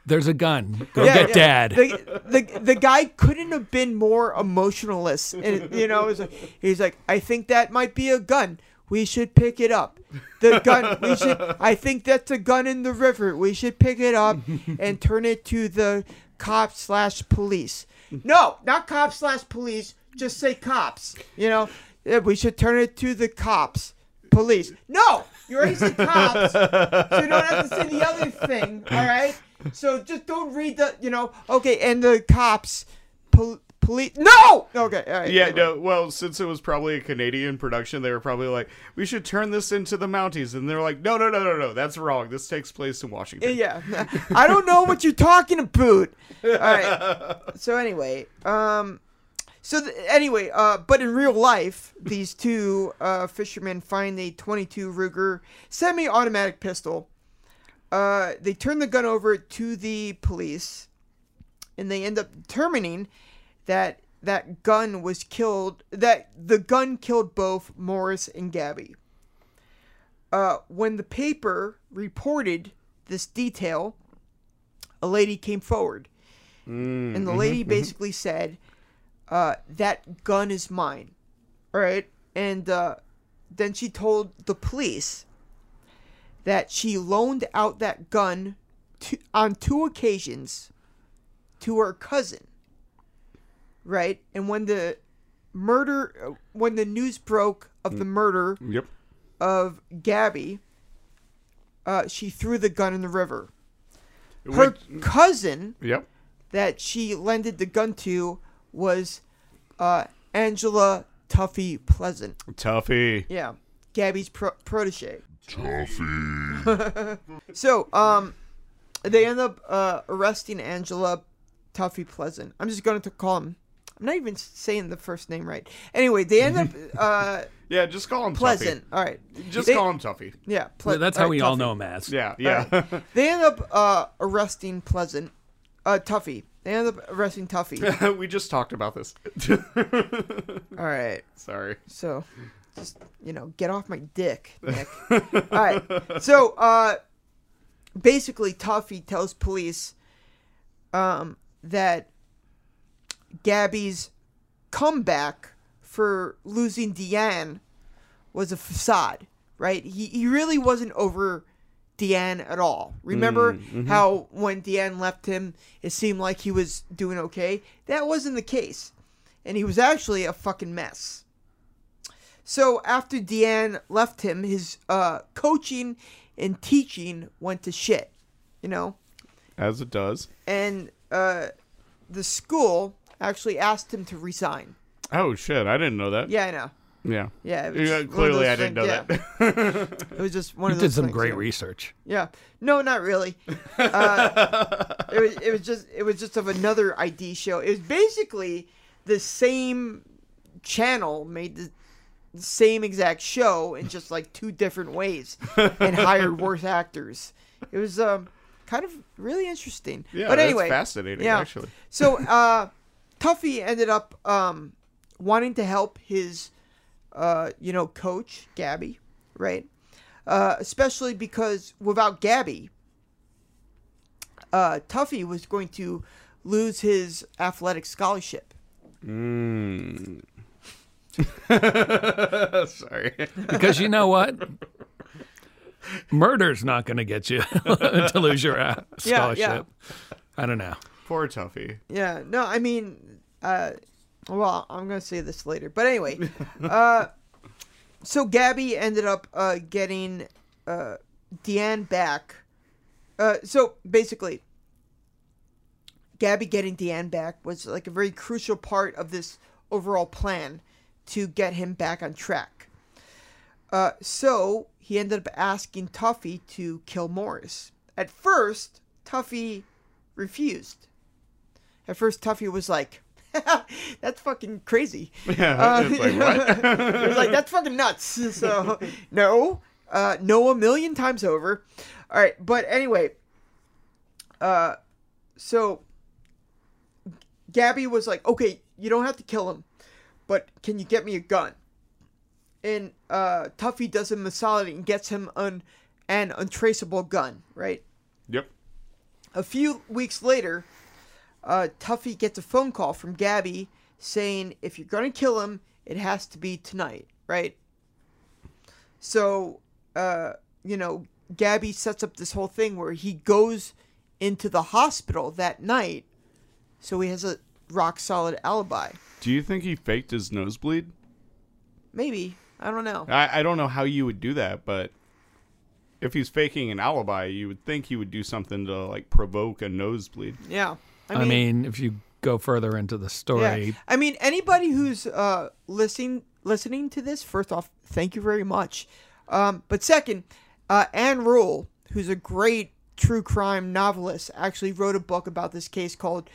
Speaker 4: "There's a gun. Go
Speaker 2: Yeah,
Speaker 4: get
Speaker 2: yeah.
Speaker 4: dad."
Speaker 2: The, the the guy couldn't have been more emotionalist. And you know, it was like, he's like, I think that might be a gun. We should pick it up. The gun. We should. I think that's a gun in the river. We should pick it up and turn it to the cop slash police. No, not cop slash police. Just say cops. You know, Yeah, we should turn it to the cops. Police. No, you already said cops. So you don't have to say the other thing, all right? So just don't read the, you know, okay, and the cops, pol- police. No! Okay, all right.
Speaker 3: Yeah,
Speaker 2: never
Speaker 3: no. Well, since it was probably a Canadian production, they were probably like, "We should turn this into the Mounties," and they're like, "No, no, no, no, no. That's wrong. This takes place in Washington."
Speaker 2: Yeah, I don't know what you're talking about. All right. So anyway, um, So th- anyway, uh, but in real life, these two uh, fishermen find a 22 Ruger semi-automatic pistol. Uh, they turn the gun over to the police, and they end up determining that that gun was killed. That the gun killed both Morris and Gabby. Uh, when the paper reported this detail, a lady came forward, and the lady basically said uh, that gun is mine, right? And uh, then she told the police that she loaned out that gun to, on two occasions to her cousin, right? And when the murder, uh, when the news broke of the murder
Speaker 3: Yep.
Speaker 2: of Gabby, uh, she threw the gun in the river. Her
Speaker 3: Which-
Speaker 2: cousin
Speaker 3: yep.
Speaker 2: that she lended the gun to was uh, Angela Tuffy Pleasant.
Speaker 3: Tuffy.
Speaker 2: Yeah, Gabby's pro- protege. Tuffy. so, um, they end up uh, arresting Angela Tuffy Pleasant. I'm just going to call him. I'm not even saying the first name right. Anyway, they end up uh,
Speaker 3: Yeah, just call him
Speaker 2: Pleasant. All right.
Speaker 3: Tuffy. Just
Speaker 2: They-
Speaker 3: call him Tuffy.
Speaker 2: Yeah, Ple-
Speaker 4: That's how
Speaker 2: right,
Speaker 4: we all
Speaker 2: Tuffy.
Speaker 4: know him as.
Speaker 3: Yeah, yeah.
Speaker 2: They end up uh, arresting Pleasant, uh, Tuffy. They end up arresting Tuffy.
Speaker 3: we just talked about this.
Speaker 2: All right.
Speaker 3: Sorry.
Speaker 2: So, just you know, get off my dick, Nick. All right. So, uh, basically, Toffee tells police um, that Gabby's comeback for losing Deanne was a facade, right? He he really wasn't over Deanne at all. Remember how when Deanne left him, it seemed like he was doing okay. That wasn't the case, and he was actually a fucking mess. So after Deanne left him, his uh, coaching and teaching went to shit, you know?
Speaker 3: As it does.
Speaker 2: And uh, the school actually asked him to resign.
Speaker 3: Oh shit! I didn't know that.
Speaker 2: Yeah, I know.
Speaker 3: Yeah.
Speaker 2: Yeah. it was
Speaker 3: Yeah,
Speaker 2: just one of those
Speaker 3: clearly I didn't
Speaker 2: things-
Speaker 3: know
Speaker 2: yeah. it was just one
Speaker 4: You
Speaker 2: of
Speaker 4: did
Speaker 2: those
Speaker 4: some
Speaker 2: things,
Speaker 4: great
Speaker 2: yeah.
Speaker 4: research.
Speaker 2: Yeah. No, not really. Uh, it, was, it was just it was just of another ID show. It was basically the same channel made the same exact show in just like two different ways and hired worse actors. It was um kind of really interesting.
Speaker 3: Yeah,
Speaker 2: but
Speaker 3: that's
Speaker 2: anyway,
Speaker 3: fascinating, actually.
Speaker 2: So uh Tuffy ended up um wanting to help his uh you know coach Gabby, right? Uh, especially because without Gabby, uh, Tuffy was going to lose his athletic scholarship.
Speaker 3: Hmm. that. Sorry.
Speaker 4: Because you know what? Murder's not going to get you to lose your uh,
Speaker 2: Yeah, yeah.
Speaker 4: scholarship. I don't know.
Speaker 3: Poor Tuffy.
Speaker 2: Yeah, no, I mean, uh, well, I'm gonna say this later, but anyway, uh, so Gabby ended up uh, getting uh, Deanne back. Uh, so basically, Gabby getting Deanne back was like a very crucial part of this overall plan to get him back on track. Uh, so he ended up asking Tuffy to kill Morris. At first, Tuffy refused. At first, Tuffy was like, "That's fucking crazy." Uh,
Speaker 3: Yeah. it's like, what?
Speaker 2: It was like, that's fucking nuts. So, no, uh, no, a million times over. All right, but anyway, uh, so Gabby was like, okay, you don't have to kill him, but can you get me a gun? And uh, Tuffy does him a solid and gets him an, an untraceable gun, right?
Speaker 3: Yep.
Speaker 2: A few weeks later, uh, Tuffy gets a phone call from Gabby saying, if you're going to kill him, it has to be tonight, right? So, uh, you know, Gabby sets up this whole thing where he goes into the hospital that night, so he has a rock solid alibi.
Speaker 3: Do you think he faked his nosebleed?
Speaker 2: Maybe. I don't know.
Speaker 3: I, I don't know how you would do that, but if he's faking an alibi, you would think he would do something to like provoke a nosebleed.
Speaker 2: Yeah.
Speaker 4: I mean, if you go further into the story,
Speaker 2: Yeah. I mean, anybody who's uh, listening listening to this, first off, thank you very much. Um, but second, uh, Anne Rule, who's a great true crime novelist, actually wrote a book about this case called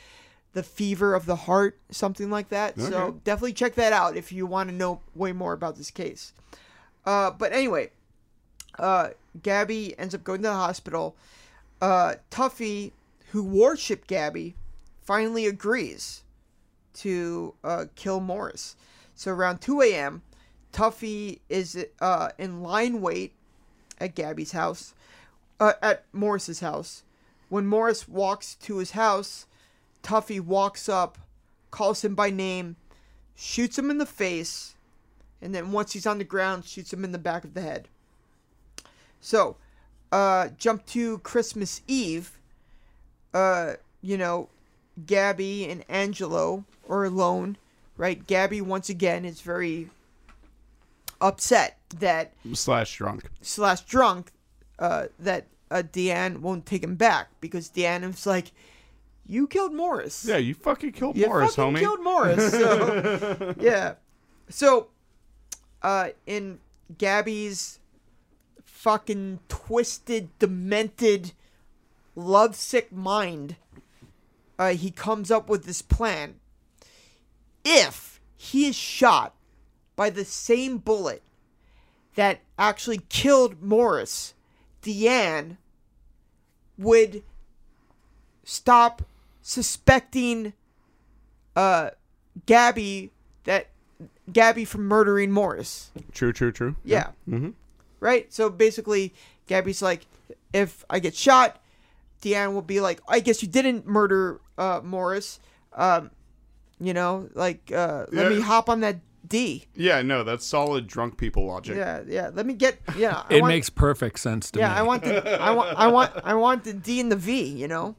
Speaker 2: the fever of the heart, something like that. So definitely check that out if you want to know way more about this case. Uh, but anyway, uh, Gabby ends up going to the hospital. Uh, Tuffy, who worshipped Gabby, finally agrees to uh, kill Morris. So around 2 a.m., Tuffy is uh, in line wait at Gabby's house, uh, at Morris's house. When Morris walks to his house, Tuffy walks up, calls him by name, shoots him in the face, and then once he's on the ground, shoots him in the back of the head. So, uh, jump to Christmas Eve. Uh, you know, Gabby and Angelo are alone, right? Gabby once again is very upset that
Speaker 3: slash drunk.
Speaker 2: slash drunk uh, that uh, Deanne won't take him back because Deanne is like, "You killed Morris.
Speaker 3: Yeah, you fucking killed
Speaker 2: you
Speaker 3: Morris,
Speaker 2: fucking
Speaker 3: homie.
Speaker 2: killed Morris." So, yeah. So, uh, in Gabby's fucking twisted, demented, lovesick mind, uh, he comes up with this plan. If he is shot by the same bullet that actually killed Morris, Deanne would stop suspecting uh, Gabby that Gabby from murdering Morris.
Speaker 3: True, true, true.
Speaker 2: Yeah. Mm-hmm. Right? So basically, Gabby's like, if I get shot, Deanne will be like, I guess you didn't murder uh, Morris. Um, you know, like, uh, let me
Speaker 3: Yeah.
Speaker 2: hop on that D.
Speaker 3: Yeah, no, that's solid drunk people logic.
Speaker 2: Yeah, yeah. Let me get, yeah. I
Speaker 4: It
Speaker 2: want-
Speaker 4: makes perfect sense to
Speaker 2: Yeah,
Speaker 4: me.
Speaker 2: I want the, I want, I want, I want the D and the V. You know,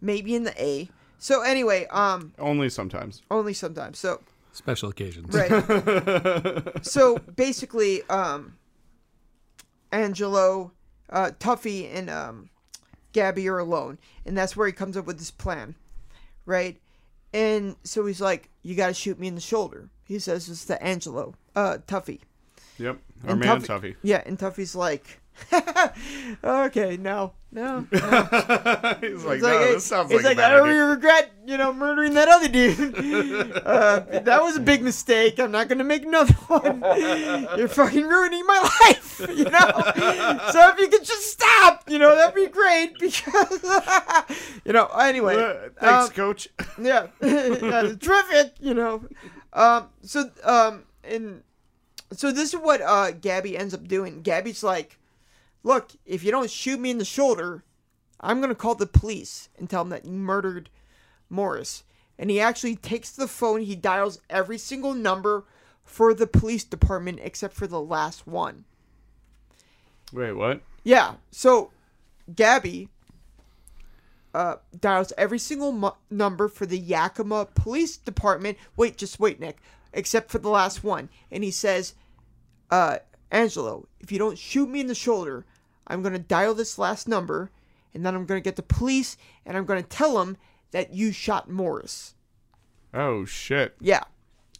Speaker 2: maybe in the A. So anyway, um,
Speaker 3: Only sometimes.
Speaker 2: only sometimes. So
Speaker 4: Special occasions.
Speaker 2: Right. so basically, um, Angelo, uh, Tuffy, and um, Gabby are alone, and that's where he comes up with this plan, right? And so he's like, "You got to shoot me in the shoulder." He says this to Angelo, uh, Tuffy.
Speaker 3: Yep. Our
Speaker 2: And
Speaker 3: man Tuffy.
Speaker 2: Yeah, and Tuffy's like, "Okay, no, no."
Speaker 3: He's like,
Speaker 2: It's like,
Speaker 3: no,
Speaker 2: it-
Speaker 3: this sounds
Speaker 2: it's
Speaker 3: like,
Speaker 2: like,
Speaker 3: a
Speaker 2: I
Speaker 3: bad
Speaker 2: don't
Speaker 3: idea."
Speaker 2: really regret, you know, murdering that other dude. uh, that was a big mistake. I'm not gonna make another one. You're fucking ruining my life, you know. so if you could just stop, you know, that'd be great because, you know. Anyway,
Speaker 3: Uh, thanks,
Speaker 2: um,
Speaker 3: coach.
Speaker 2: yeah, yeah, terrific. You know, um, so um, and so this is what uh, Gabby ends up doing. Gabby's like, "Look, if you don't shoot me in the shoulder, I'm gonna call the police and tell them that you murdered Morris." And he actually takes the phone. He dials every single number for the police department except for the last one.
Speaker 3: Wait, what?
Speaker 2: Yeah. So, Gabby uh, dials every single mu- number for the Yakima Police Department. Wait, just wait, Nick. Except for the last one, and he says, uh, "Angelo, if you don't shoot me in the shoulder, I'm gonna dial this last number, and then I'm gonna get the police, and I'm gonna tell them that you shot Morris."
Speaker 3: Oh shit.
Speaker 2: Yeah.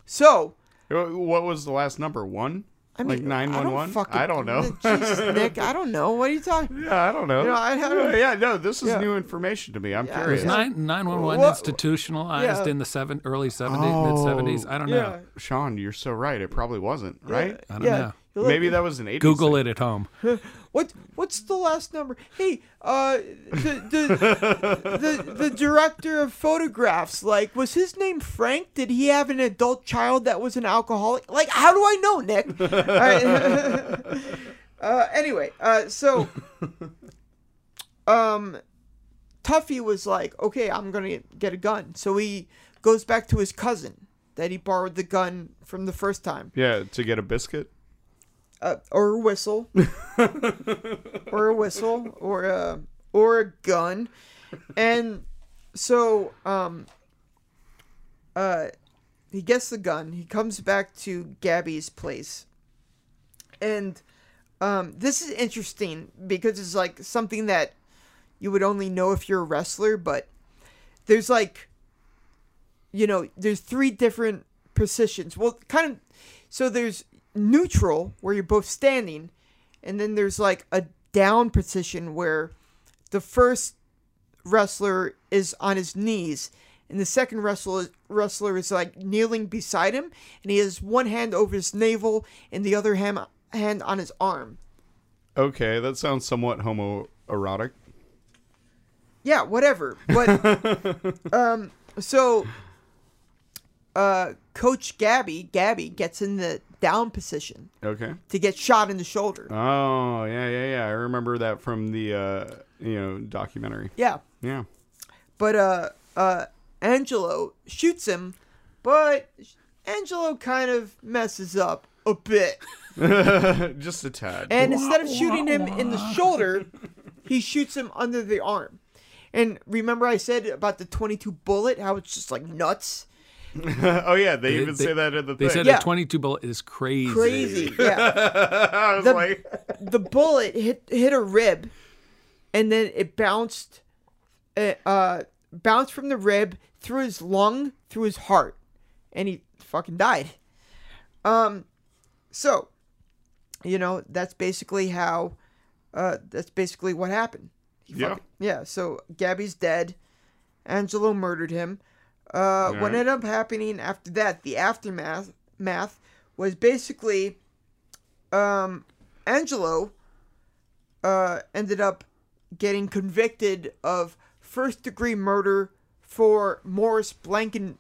Speaker 2: So.
Speaker 3: Wh- What was the last number? One?
Speaker 2: I mean,
Speaker 3: like nine
Speaker 2: I
Speaker 3: one
Speaker 2: don't
Speaker 3: one?
Speaker 2: fucking-
Speaker 3: I don't know.
Speaker 2: Jesus, Nick, I don't know. What are you talking?
Speaker 3: yeah, I don't know.
Speaker 2: know, I- I don't-
Speaker 3: yeah, no, this is
Speaker 2: Yeah.
Speaker 3: new information to me. I'm
Speaker 2: Yeah.
Speaker 3: curious.
Speaker 2: It's not-
Speaker 4: Nine nine one one
Speaker 2: What-
Speaker 4: institutionalized
Speaker 2: yeah.
Speaker 4: in the seven early seventies,
Speaker 3: Oh.
Speaker 4: mid seventies. I don't know.
Speaker 3: Sean, you're so right. It probably wasn't, right?
Speaker 4: I don't know.
Speaker 2: You're like-
Speaker 3: Maybe that was an eight.
Speaker 4: Google it at home.
Speaker 2: What what's the last number? Hey, uh, the the, the the director of photographs, like, was his name Frank? Did he have an adult child that was an alcoholic? Like, how do I know, Nick? I- uh, anyway, uh, so, um, Tuffy was like, okay, I'm gonna get a gun. So he goes back to his cousin that he borrowed the gun from the first time
Speaker 3: Yeah, to get a biscuit.
Speaker 2: uh, or a whistle, or a whistle, or a or a gun, and so um, uh, he gets the gun. He comes back to Gabby's place, and um, this is interesting because it's like something that you would only know if you're a wrestler, but there's like you know, there's three different positions. Well, kind of. So there's neutral where you're both standing, and then there's like a down position where the first wrestler is on his knees, and the second wrestler wrestler is like kneeling beside him, and he has one hand over his navel and the other ham, hand on his arm.
Speaker 3: Okay, that sounds somewhat homoerotic.
Speaker 2: yeah, whatever. But um, so uh, Coach Gabby Gabby gets in the down position
Speaker 3: Okay.
Speaker 2: to get shot in the shoulder.
Speaker 3: Oh yeah, yeah, yeah. I remember that from the uh, you know documentary.
Speaker 2: yeah,
Speaker 3: Yeah.
Speaker 2: but uh, uh, Angelo shoots him, but Angelo kind of messes up a bit,
Speaker 3: Just a tad.
Speaker 2: and instead of shooting him in the shoulder, he shoots him under the arm. And remember, I said about the twenty-two bullet, how it's just like nuts.
Speaker 3: oh yeah, they,
Speaker 4: They-
Speaker 3: even
Speaker 4: they-
Speaker 3: say that in the
Speaker 4: They
Speaker 3: thing.
Speaker 4: said
Speaker 2: Yeah.
Speaker 4: a 22 bullet is crazy.
Speaker 2: Crazy, yeah.
Speaker 3: I was
Speaker 2: the-
Speaker 3: like,
Speaker 2: the bullet hit hit a rib, and then it bounced, it, uh, bounced from the rib through his lung, through his heart, and he fucking died. Um, so, you know, that's basically how, uh, that's basically what happened. He
Speaker 3: Yeah.
Speaker 2: fucking- yeah. So Gabby's dead. Angelo murdered him. Uh, What
Speaker 3: Alright.
Speaker 2: ended up happening after that, the aftermath, math was basically, um, Angelo uh, ended up getting convicted of first degree murder for Morris Blanken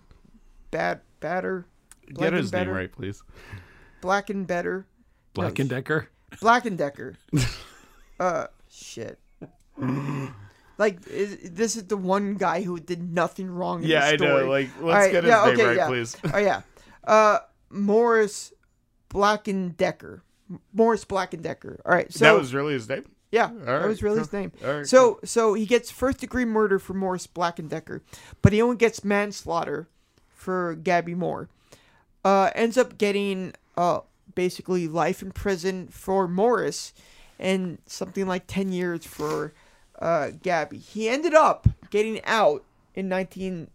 Speaker 2: Bad Batter.
Speaker 3: get his name
Speaker 2: Blankenbatter?
Speaker 3: right, please.
Speaker 2: Black and Better.
Speaker 4: Black and Decker.
Speaker 2: Black and Decker. uh, shit. Like is, this is the one guy who did nothing wrong. In
Speaker 3: Yeah,
Speaker 2: the
Speaker 3: I know,
Speaker 2: story.
Speaker 3: like, let's
Speaker 2: Alright,
Speaker 3: get his name right,
Speaker 2: yeah.
Speaker 3: please.
Speaker 2: Oh yeah, uh, Morris Black and Decker. Morris Black and Decker. All right, so
Speaker 3: that was really his name.
Speaker 2: yeah,
Speaker 3: right,
Speaker 2: that was really his name.
Speaker 3: All right,
Speaker 2: so so he gets first degree murder for Morris Black and Decker, but he only gets manslaughter for Gabby Moore. Uh, ends up getting uh basically life in prison for Morris, and something like ten years for uh Gabby. He ended up getting out in nineteen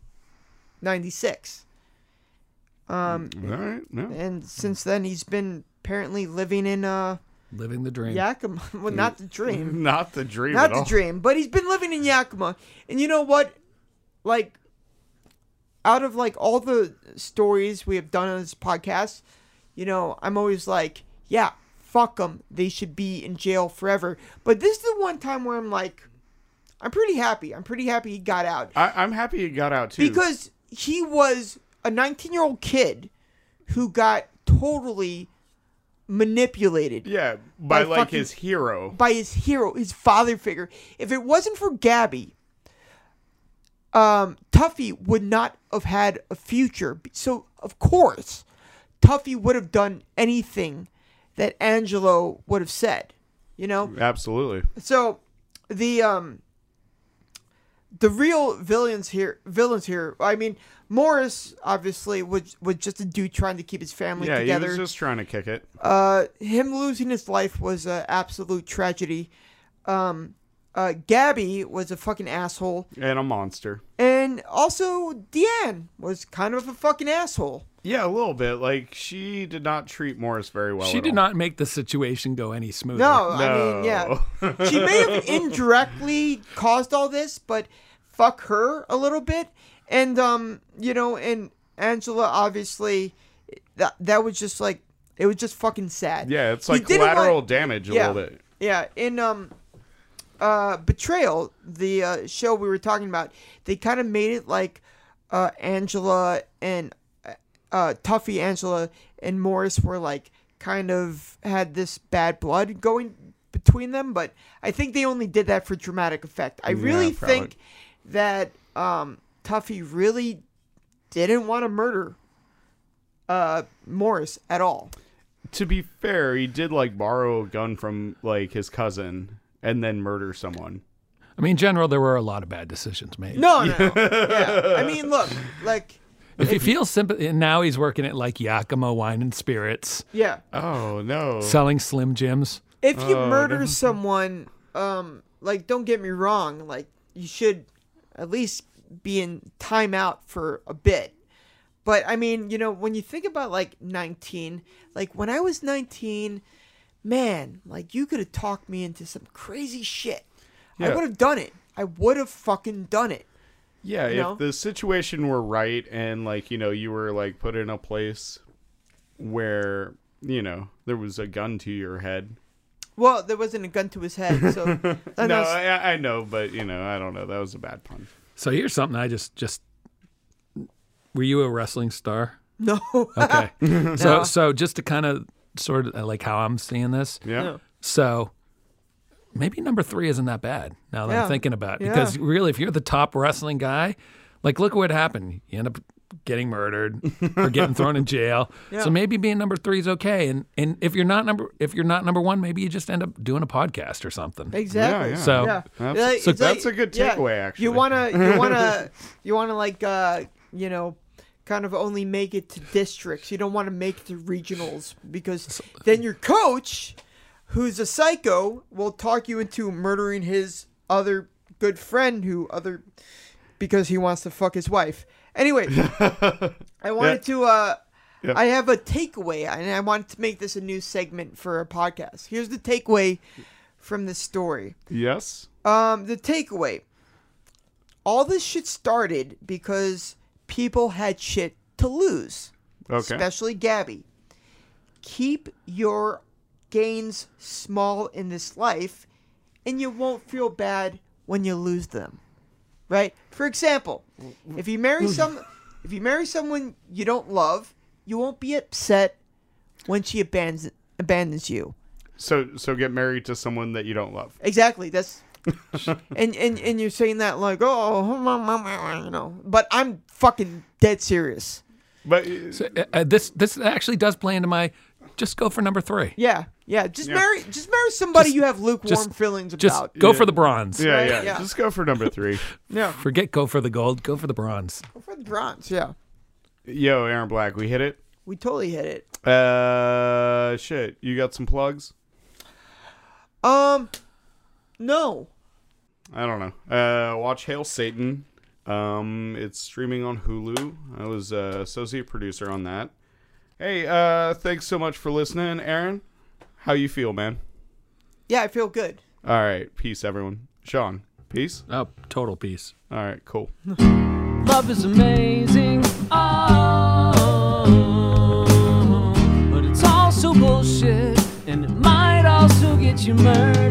Speaker 2: ninety six,
Speaker 3: All right, no.
Speaker 2: and since then he's been apparently living in uh
Speaker 4: Living the dream.
Speaker 2: Yakima. well, not the dream.
Speaker 3: Not the dream
Speaker 2: Not
Speaker 3: at
Speaker 2: the
Speaker 3: all.
Speaker 2: dream, but he's been living in Yakima. And you know what? Like, out of like all the stories we have done on this podcast, you know, I'm always like, yeah, fuck them. They should be in jail forever. But this is the one time where I'm like, I'm pretty happy. I'm pretty happy he got out
Speaker 3: I, I'm happy he got out too.
Speaker 2: because he was a 19 year old kid who got totally manipulated
Speaker 3: yeah, by,
Speaker 2: by
Speaker 3: like
Speaker 2: fucking-
Speaker 3: his hero.
Speaker 2: by his hero, his father figure. If it wasn't for Gabby, um, Tuffy would not have had a future. So of course, Tuffy would have done anything that Angelo would have said. You know,
Speaker 3: Absolutely.
Speaker 2: so the um the real villains here villains here i mean morris obviously was was just a dude trying to keep his family
Speaker 3: Yeah,
Speaker 2: together
Speaker 3: he was just trying to kick it.
Speaker 2: uh, him losing his life was an absolute tragedy. Um, uh, Gabby was a fucking asshole,
Speaker 3: and a monster.
Speaker 2: and also Deanne was kind of a fucking asshole.
Speaker 3: Yeah, a little bit. Like she did not treat Morris very well.
Speaker 4: She
Speaker 3: at
Speaker 4: did
Speaker 3: all.
Speaker 4: not make the situation go any smoother.
Speaker 2: No, I
Speaker 3: No.
Speaker 2: mean, yeah, she may have indirectly caused all this, but fuck her a little bit, and um, you know, and Angela obviously, that that was just like it was just fucking sad.
Speaker 3: Yeah, it's
Speaker 2: He
Speaker 3: like
Speaker 2: didn't want-
Speaker 3: collateral damage a little bit.
Speaker 2: Yeah, in um uh Betrayal, the uh show we were talking about, they kind of made it like uh Angela and uh, uh Tuffy Angela and Morris were like kind of had this bad blood going between them, but I think they only did that for dramatic effect. I really
Speaker 3: probably.
Speaker 2: think that um Tuffy really didn't want to murder uh Morris at all.
Speaker 3: To be fair, he did like borrow a gun from like his cousin and then murder someone.
Speaker 4: I mean, in general, there were a lot of bad decisions made.
Speaker 2: No, no. no. yeah. I mean, look, like
Speaker 4: If you feel sympathy, and now he's working at like Yakima Wine and Spirits,
Speaker 2: Yeah.
Speaker 3: Oh no.
Speaker 4: selling Slim Jims.
Speaker 2: If you
Speaker 3: Oh,
Speaker 2: murder someone, um, like don't get me wrong, like you should at least be in timeout for a bit. But I mean, you know, when you think about like 19, like when I was 19, man, like you could have talked me into some crazy shit. I
Speaker 3: Yeah.
Speaker 2: would have done it. I would have fucking done it.
Speaker 3: Yeah,
Speaker 2: You
Speaker 3: if
Speaker 2: know?
Speaker 3: the situation were right and like, you know, you were like put in a place where, you know, there was a gun to your head.
Speaker 2: Well, there wasn't a gun to his head, so and
Speaker 3: no,
Speaker 2: that's-
Speaker 3: I, I know, but you know, I don't know. That was a bad pun.
Speaker 4: So here's something I just just were you a wrestling star?
Speaker 2: no.
Speaker 3: Uh,
Speaker 4: Okay. so
Speaker 2: No.
Speaker 4: so just to kind of sort of like how I'm seeing this.
Speaker 3: Yeah.
Speaker 2: No.
Speaker 4: So maybe number 3 isn't that bad now that
Speaker 2: Yeah.
Speaker 4: I'm thinking about it because really if you're the top wrestling guy, like look what happened. You end up getting murdered or getting thrown in jail.
Speaker 2: Yeah.
Speaker 4: So maybe being number 3 is okay and and if you're not number if you're not number 1, maybe you just end up doing a podcast or something.
Speaker 2: Exactly.
Speaker 3: Yeah, yeah.
Speaker 4: So
Speaker 2: Yeah.
Speaker 3: That's-
Speaker 2: Like,
Speaker 3: so
Speaker 2: it's
Speaker 3: that's
Speaker 2: like-
Speaker 3: a good
Speaker 2: yeah,
Speaker 3: takeaway, actually.
Speaker 2: You wanna you wanna you wanna like uh you know kind of only make it to districts. You don't wanna make it to regionals because then your coach, who's a psycho, will talk you into murdering his other good friend who other because he wants to fuck his wife. Anyway, I wanted to uh I have a takeaway, and I wanted to make this a new segment for a podcast. Here's the takeaway from this story.
Speaker 3: Yes.
Speaker 2: Um, the takeaway. All this shit started because people had shit to lose,
Speaker 3: Okay.
Speaker 2: especially Gabby. Keep your gains small in this life, and you won't feel bad when you lose them. Right? For example, if you marry some, if you marry someone you don't love, you won't be upset when she abandons abandons you.
Speaker 3: so so get married to someone that you don't love.
Speaker 2: Exactly. That's and, and and you're saying that like oh you know, but I'm fucking dead serious.
Speaker 3: But
Speaker 4: So, uh, uh, this this actually does play into my just go for number three.
Speaker 2: Yeah, yeah. Just marry, just marry somebody
Speaker 4: Just-
Speaker 2: you have lukewarm
Speaker 4: just-
Speaker 2: feelings about.
Speaker 4: Just go for the bronze.
Speaker 3: yeah,
Speaker 2: right,
Speaker 3: yeah,
Speaker 2: yeah.
Speaker 3: Just go for number 3.
Speaker 2: yeah,
Speaker 4: Forget go for the gold. Go for the bronze.
Speaker 2: go for the bronze. Yeah,
Speaker 3: Yo, Aaron Black, we hit it.
Speaker 2: we totally hit it.
Speaker 3: Uh shit, you got some plugs?
Speaker 2: Um, no.
Speaker 3: I don't know. Uh, watch Hail Satan. Um, it's streaming on Hulu. I was uh, associate producer on that. Hey, uh, thanks so much for listening, Aaron. How you feel, man?
Speaker 2: Yeah, I feel good.
Speaker 3: All right, peace, everyone. Sean, peace.
Speaker 4: Oh, total peace.
Speaker 3: All right, cool.
Speaker 1: Love is amazing. Oh, but it's also bullshit, and it might also get you murdered.